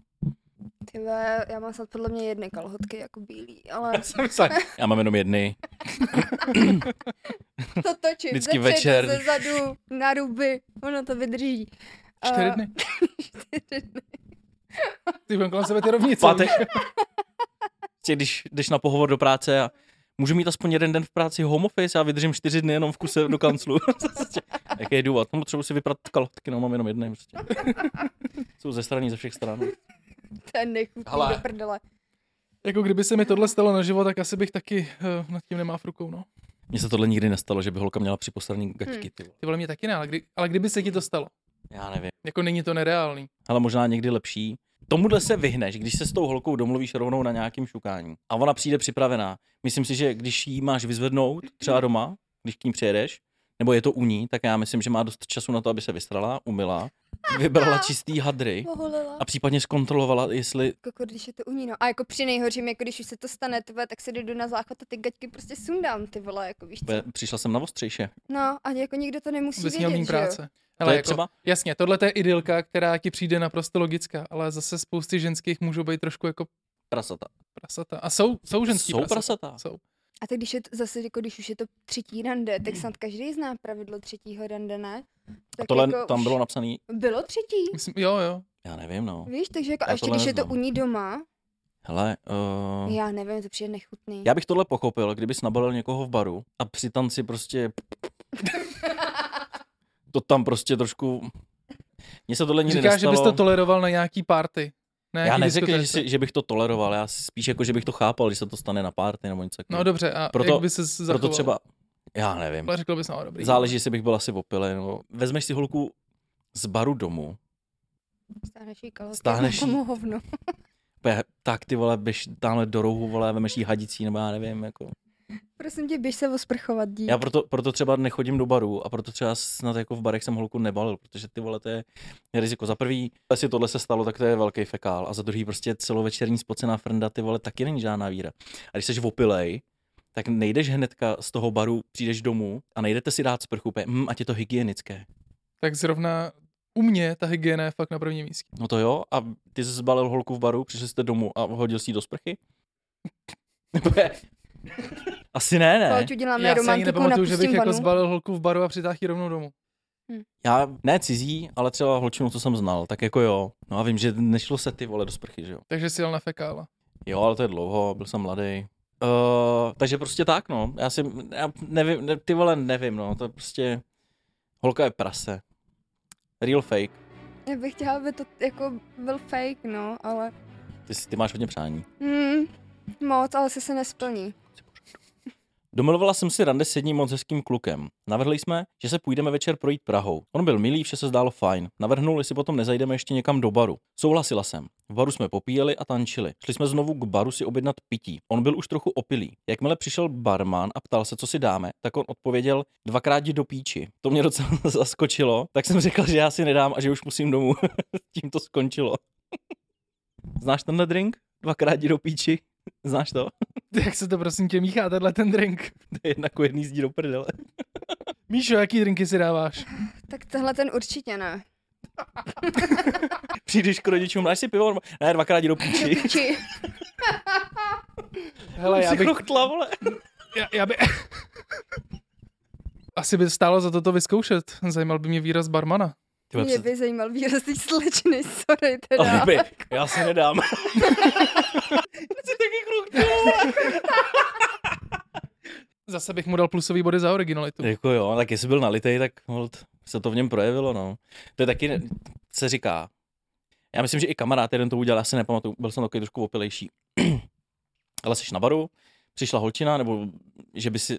Speaker 2: Ty ve, já mám snad podle mě jedny kalhotky jako bílý, ale [laughs]
Speaker 1: Já mám jenom jedny.
Speaker 2: to točím
Speaker 1: Vždycky
Speaker 2: ze
Speaker 1: večer.
Speaker 2: předu, ze zadu, na ruby, ono to vydrží.
Speaker 3: Čtyři
Speaker 2: A-
Speaker 3: dny. Ty budem kolem sebe ty rovnice.
Speaker 1: Pátek. Tě, prostě, když jdeš na pohovor do práce a můžu mít aspoň jeden den v práci home office, já vydržím čtyři dny jenom v kuse do kanclu. [laughs] Jaký je důvod? No, potřebuji si vyprat kalhotky, no mám jenom jedny. Prostě. Jsou ze strany, ze všech stran.
Speaker 2: to je nechutný
Speaker 1: Hele.
Speaker 2: do prdele.
Speaker 3: [laughs] Jako kdyby se mi tohle stalo na život, tak asi bych taky uh, nad tím nemá v rukou, no.
Speaker 1: Mně se tohle nikdy nestalo, že by holka měla připostraný gaťky. Ty. vole.
Speaker 3: Ty vole mě taky ne, ale, kdy, ale kdyby se ti to stalo.
Speaker 1: Já nevím.
Speaker 3: Jako není to nereálný.
Speaker 1: ale možná někdy lepší. Tomuhle se vyhneš, když se s tou holkou domluvíš rovnou na nějakým šukání. A ona přijde připravená. Myslím si, že když ji máš vyzvednout třeba doma, když k ní přijedeš, nebo je to u ní, tak já myslím, že má dost času na to, aby se vystrala, umila, vybrala čistý hadry
Speaker 2: Poholila.
Speaker 1: a případně zkontrolovala, jestli
Speaker 2: Jako když je to u ní, no. A jako při nejhorším, jako když už se to stane, tebe, tak se jdu na záchod a ty gaťky prostě sundám, ty vole, jako víš co.
Speaker 1: Be- přišla jsem na ostřejše.
Speaker 2: No a jako nikdo to nemusí
Speaker 3: Vůbec měl
Speaker 2: vědět,
Speaker 3: mý
Speaker 2: že jo.
Speaker 3: práce. jako,
Speaker 1: To je třeba,
Speaker 3: Jasně, tohle je idylka, která ti přijde naprosto logická, ale zase spousty ženských můžou být trošku jako
Speaker 1: Prasata.
Speaker 3: Prasata. A jsou, jsou ženský
Speaker 1: Jsou
Speaker 3: prasata.
Speaker 1: prasata.
Speaker 3: Jsou.
Speaker 2: A tak když je to, zase, jako když už je to třetí rande, tak snad každý zná pravidlo třetího rande, ne? Tak
Speaker 1: A tohle
Speaker 2: jako
Speaker 1: tam
Speaker 2: už-
Speaker 1: bylo napsané,
Speaker 2: Bylo třetí,
Speaker 3: Myslím, jo, jo.
Speaker 1: já nevím, no.
Speaker 2: víš, takže jako,
Speaker 1: Já
Speaker 2: a ještě
Speaker 1: tohle
Speaker 2: když je to u
Speaker 1: neznám.
Speaker 2: ní doma,
Speaker 1: Hele, uh,
Speaker 2: já nevím, to přijde nechutný.
Speaker 1: já bych tohle pochopil, kdybys nabalil někoho v baru a při tanci prostě to tam prostě trošku... Mně se tohle nikdy
Speaker 3: Říkáš, že
Speaker 1: nestalo.
Speaker 3: bys to toleroval na nějaký party. Na
Speaker 1: Já
Speaker 3: nějaký
Speaker 1: neřekl, že,
Speaker 3: diskotéce.
Speaker 1: si, že bych to toleroval, já spíš jako, že bych to chápal, když se to stane na párty nebo něco
Speaker 3: No
Speaker 1: takového.
Speaker 3: dobře, a
Speaker 1: Proto-
Speaker 3: proto, jak by se zachoval?
Speaker 1: Proto třeba, já nevím,
Speaker 3: Ale řekl bys, no dobrý.
Speaker 1: záleží, jestli bych byl asi opilý, nebo vezmeš si holku z baru domů,
Speaker 2: Stáhneš jí kalhotky,
Speaker 1: Stáhneš
Speaker 2: Stáhneš
Speaker 1: jí.
Speaker 2: tomu hovno.
Speaker 1: pe- tak ty vole, běž tamhle do rohu, vole, vemeš jí hadicí, nebo já nevím, jako.
Speaker 2: Prosím tě, běž se osprchovat, dík.
Speaker 1: Já proto, proto třeba nechodím do barů a proto třeba snad jako v barech jsem holku nebalil, protože ty vole, to je riziko. Za prvý, jestli tohle se stalo, tak to je velký fekál a za druhý prostě celovečerní spocená frnda, ty vole, taky není žádná víra. A když jsi opilej, tak nejdeš hnedka z toho baru, přijdeš domů a nejdete si dát sprchu, pe, mm, ať je to hygienické.
Speaker 3: Tak zrovna u mě ta hygiena je fakt na prvním místě.
Speaker 1: No to jo, a ty jsi zbalil holku v baru, přišel jste domů a hodil si ji do sprchy? [laughs] Asi ne, ne.
Speaker 2: Pojď, uděláme
Speaker 3: Já si ani
Speaker 2: romantiku na
Speaker 3: nepamatuju, že bych
Speaker 2: pustím
Speaker 3: jako
Speaker 2: vanu.
Speaker 3: zbalil holku v baru a přitáhl ji rovnou domů.
Speaker 1: Já ne cizí, ale třeba holčinu, co jsem znal, tak jako jo. No a vím, že nešlo se ty vole do sprchy, že jo.
Speaker 3: Takže si jel na fekála. [laughs]
Speaker 1: Jo, ale to je dlouho, byl jsem mladý. Uh, takže prostě tak, no. Já si, já nevím, ne, ty vole, nevím, no. To je prostě, holka je prase. Real fake.
Speaker 2: Já bych chtěla, aby to jako byl fake, no, ale...
Speaker 1: Ty, si- ty máš hodně přání.
Speaker 2: Mm, moc, ale se se nesplní.
Speaker 1: Domluvila jsem si rande s jedním moc hezkým klukem. Navrhli jsme, že se půjdeme večer projít Prahou. On byl milý, vše se zdálo fajn. Navrhnul, jestli potom nezajdeme ještě někam do baru. Souhlasila jsem. V baru jsme popíjeli a tančili. Šli jsme znovu k baru si objednat pití. On byl už trochu opilý. Jakmile přišel barman a ptal se, co si dáme, tak on odpověděl dvakrát jdi do píči. To mě docela [laughs] zaskočilo, tak jsem řekl, že já si nedám a že už musím domů. [laughs] Tím to skončilo. [laughs] Znáš tenhle drink? Dvakrát jdi do píči? [laughs] Znáš to?
Speaker 3: Jak se to prosím tě míchá, tenhle ten drink?
Speaker 1: To je jedna ku jedný zdí do prdele.
Speaker 3: Míšo, jaký drinky
Speaker 2: [laughs]
Speaker 3: si dáváš?
Speaker 2: Tak tenhle ten
Speaker 1: [laughs]
Speaker 2: určitě ne.
Speaker 1: Přijdeš k rodičům, dáš si pivo? Nebo- Ne, dvakrát [laughs] jdi do píči.
Speaker 2: Či,
Speaker 3: Hele, já
Speaker 1: Jsi
Speaker 3: bych,
Speaker 1: chrochtla, vole.
Speaker 3: já, já by... [laughs] Asi by stálo za to to vyzkoušet. Zajímal by mě výraz barmana.
Speaker 2: mě by zajímal výraz té slečny, sorry teda.
Speaker 1: Ale by, já se nedám. [laughs] Jsi taky chrochtla, vole.
Speaker 3: Zase bych mu dal plusový body za originalitu.
Speaker 1: Jako jo, tak jestli byl nalitej, tak hold, se to v něm projevilo, no. To je taky, ne- se říká. Já myslím, že i kamarád jeden to udělal, já si nepamatuju, byl jsem takový trošku opilejší. [clears throat] Ale jsi na baru, přišla holčina, nebo že by si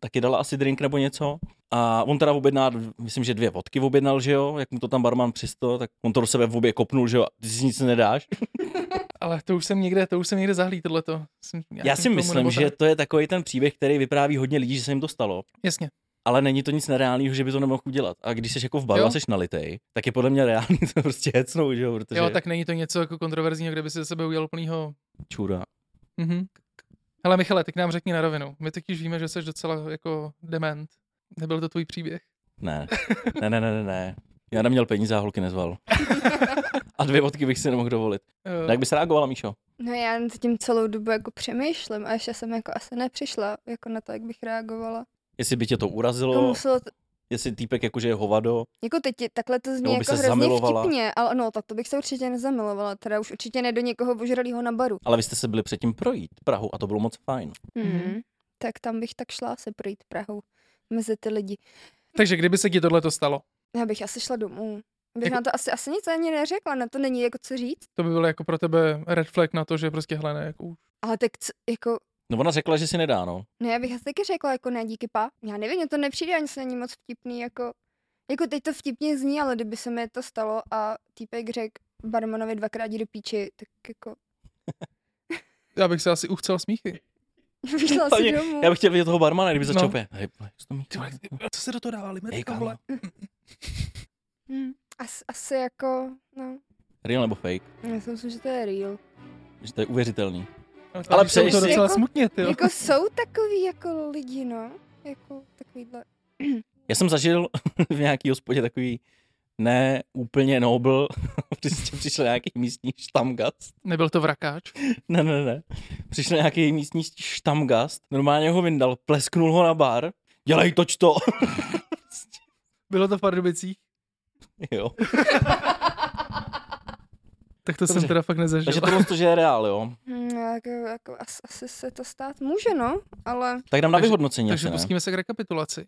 Speaker 1: taky dala asi drink nebo něco. A on teda objedná, myslím, že dvě vodky objednal, že jo, jak mu to tam barman přisto, tak on to do sebe v obě kopnul, že jo, a ty si nic nedáš.
Speaker 3: Ale to už jsem někde, to už jsem někde zahlí, tohleto. Jsem,
Speaker 1: Já si
Speaker 3: jsem k tomu nebo
Speaker 1: myslím, že
Speaker 3: tak.
Speaker 1: to je takový ten příběh, který vypráví hodně lidí, že se jim to stalo.
Speaker 3: Jasně.
Speaker 1: ale není to nic nereálného, že by to nemohl udělat. A když jsi jako v baru
Speaker 3: Jo.
Speaker 1: a jsi nalitej, tak je podle mě reálný [laughs] to prostě hecnout, že jo, protože
Speaker 3: Jo, tak není to něco jako kontroverzního, kde by si ze sebe udělal plnýho...
Speaker 1: čura.
Speaker 3: Mhm. Hele, Michale, tak nám řekni na rovinu. My totiž víme, že jsi docela jako dement. Nebyl to tvůj příběh.
Speaker 1: Ne. ne, ne, ne, ne, ne. Já neměl peníze a holky nezval. A dvě vodky bych si nemohl dovolit.
Speaker 3: Eh,
Speaker 1: Tak bys reagovala, Míšo?
Speaker 2: No já nad tím celou dobu jako přemýšlím a ještě jsem jako asi nepřišla jako na to, jak bych reagovala.
Speaker 1: Jestli by tě to
Speaker 2: Jako
Speaker 1: urazilo,
Speaker 2: muselo, t-
Speaker 1: jestli týpek jakože je hovado,
Speaker 2: jako teď je- takhle to zní
Speaker 1: Nebo by
Speaker 2: jako
Speaker 1: se
Speaker 2: hrozně
Speaker 1: zamilovala.
Speaker 2: vtipně, ale no tak to bych se určitě nezamilovala, teda už určitě ne do někoho ožralýho na baru.
Speaker 1: ale vy jste se byli předtím projít Prahu a to bylo moc fajn.
Speaker 2: Mm. Tak tam bych tak šla se projít Prahou mezi ty lidi.
Speaker 3: Takže kdyby se ti tohle to stalo,
Speaker 2: Já bych asi šla domů. Bych
Speaker 3: Jako-
Speaker 2: na to asi, asi nic ani neřekla, na to není jako co říct.
Speaker 3: to by bylo jako pro tebe red flag na to, že prostě hele ne, jako, už.
Speaker 2: Ale tak co, jako,
Speaker 1: No ona řekla, že si nedá, no.
Speaker 2: no já bych asi taky řekla, jako ne, díky pa. Já nevím, mně to nepřijde ani se není moc vtipný, jako, jako teď to vtipně zní, ale kdyby se mi to stalo a týpek řekl barmanovi dvakrát jdi do píči, tak jako, [laughs]
Speaker 3: já bych se asi uchcel smíchy.
Speaker 2: vyšla
Speaker 1: Hlavně,
Speaker 2: si domů.
Speaker 1: Já bych chtěl vidět toho barmana, kdyby začal
Speaker 3: No.
Speaker 1: no. pě. Hej, vole, co to mít?
Speaker 3: Co se do toho dává
Speaker 1: Hej,
Speaker 3: limetka,
Speaker 1: kámo.
Speaker 3: vole?
Speaker 2: Hmm. As, asi jako, no,
Speaker 1: Real nebo fake?
Speaker 2: já si myslím, že to je real.
Speaker 1: Že to je uvěřitelný.
Speaker 3: Ale přeji
Speaker 1: přeji
Speaker 3: to
Speaker 1: si-
Speaker 3: docela
Speaker 2: Jako-
Speaker 3: smutně, ty jo.
Speaker 2: Jako jsou takový jako lidi, no, jako takovýhle.
Speaker 1: [laughs] Já jsem zažil v nějaký hospodě takový ne úplně nobl, [laughs] prostě přišel nějaký místní štamgast.
Speaker 3: Nebyl to vrakáč?
Speaker 1: Ne, ne, ne. Přišel nějaký místní štamgast, normálně ho vyndal, plesknul ho na bar, dělej to, [laughs] čto.
Speaker 3: Bylo to v Pardubicích?
Speaker 1: jo.
Speaker 3: Tak to
Speaker 1: Dobře.
Speaker 3: jsem teda fakt nezažil. [laughs]
Speaker 1: Takže tohle to, že je reál, jo.
Speaker 2: Hmm, jako, jako, asi, asi se to stát může, no, ale
Speaker 1: Tak dám na
Speaker 3: Takže-
Speaker 1: vyhodnocení.
Speaker 3: Takže
Speaker 1: asi, ne?
Speaker 3: pustíme se k rekapitulaci.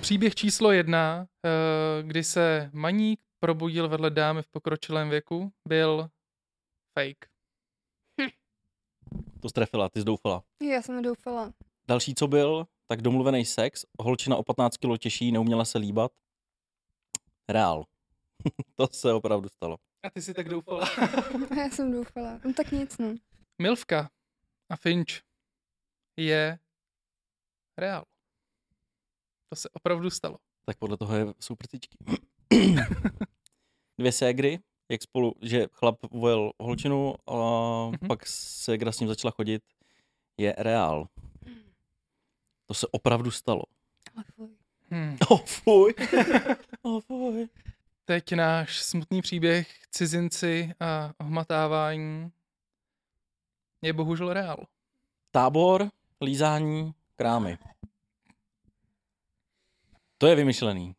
Speaker 3: Příběh číslo jedna, eh, kdy se maník probudil vedle dámy v pokročilém věku, byl fake.
Speaker 1: To strefila, ty zdoufala.
Speaker 2: já jsem doufala. [laughs]
Speaker 1: Další, co byl, tak domluvený sex, holčina o 15 kilo těžší, neuměla se líbat. Reál. [laughs] to se opravdu stalo.
Speaker 3: A ty si tak doufala. [laughs]
Speaker 2: Já jsem doufala. No tak nic, no.
Speaker 3: Milvka a Finch je reál. To se opravdu stalo.
Speaker 1: Tak podle toho je, jsou prtičky. Dvě ségry, jak spolu, že chlap vojel holčinu a
Speaker 3: Mhm.
Speaker 1: mm-hmm. pak ségra s ním začala chodit, je reál. To se opravdu stalo.
Speaker 2: Ale fuj.
Speaker 3: Hmm.
Speaker 1: [laughs] Oh, fuj. [laughs] oh, fuj.
Speaker 3: Teď náš smutný příběh cizinci a ohmatávání je bohužel reál.
Speaker 1: Tábor, lízání, krámy. To je vymyšlený.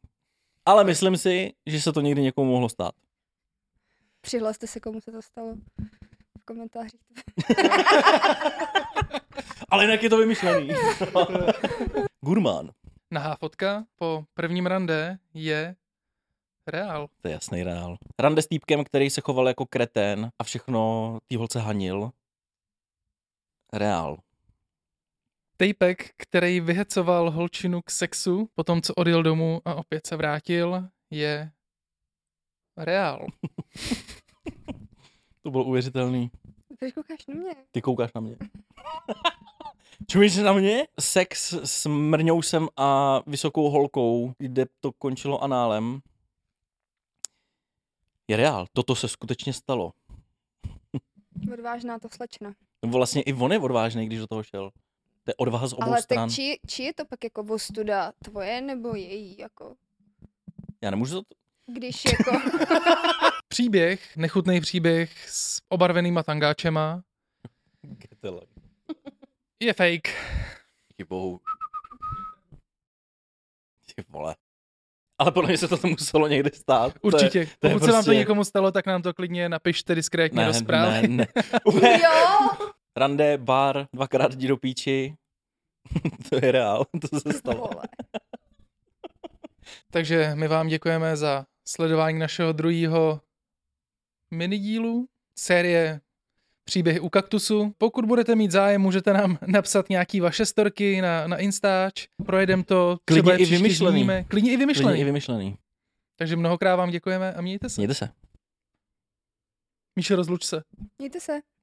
Speaker 1: Ale myslím si, že se to někdy někomu mohlo stát.
Speaker 2: Přihlaste se, komu se to stalo. V komentářích. [laughs]
Speaker 1: Ale jinak je to vymyšlený. [laughs] Gurmán.
Speaker 3: Nahá fotka po prvním rande je reál.
Speaker 1: To je jasný reál. Rande s týpkem, který se choval jako kretén a všechno tý holce hanil. Reál.
Speaker 3: Tejpek, který vyhecoval holčinu k sexu, potom co odjel domů a opět se vrátil, je reál.
Speaker 1: To bylo uvěřitelný.
Speaker 2: Proč koukáš na mě?
Speaker 1: Ty koukáš na mě. [laughs] Čumíš na mě? Sex s mrňousem a vysokou holkou, kde to končilo análem. Je reál. Toto se skutečně stalo.
Speaker 2: Odvážná to slečna.
Speaker 1: Vlastně i on je odvážný, když do toho šel. To je odvaha z obou
Speaker 2: Ale
Speaker 1: stran.
Speaker 2: tak či, či je to pak jako ostuda tvoje nebo její, jako?
Speaker 1: Já nemůžu za to... [laughs]
Speaker 2: Když jako...
Speaker 3: Příběh, nechutný příběh s obarvenýma tangáčema
Speaker 1: Ketele.
Speaker 3: je fake.
Speaker 1: Díky bohu. [laughs] Ty vole. Ale podle mě se to muselo někdy stát. To je-
Speaker 3: Určitě. Pokud
Speaker 1: to je
Speaker 3: se vám to
Speaker 1: prostě-
Speaker 3: někomu stalo, tak nám to klidně napište diskrétně
Speaker 1: Ne,
Speaker 3: do zprávy.
Speaker 1: ne, ne.
Speaker 2: jo!
Speaker 1: Rande, bar, dvakrát jdi do píči. [laughs] to je reál, [laughs] to se stalo.
Speaker 2: Vole.
Speaker 3: [laughs] Takže my vám děkujeme za sledování našeho druhého minidílu série Příběhy u kaktusu. Pokud budete mít zájem, můžete nám [laughs] napsat nějaký vaše storky na, na Instač. Projedeme to.
Speaker 1: Klidně
Speaker 3: třeba je
Speaker 1: i
Speaker 3: příště
Speaker 1: vymyšlený.
Speaker 3: zmíníme. Klidně i vymyšlený.
Speaker 1: Klidně i vymyšlený.
Speaker 3: Takže mnohokrát vám děkujeme a mějte se.
Speaker 1: Mějte se.
Speaker 3: Míše, rozluč se.
Speaker 2: Mějte se.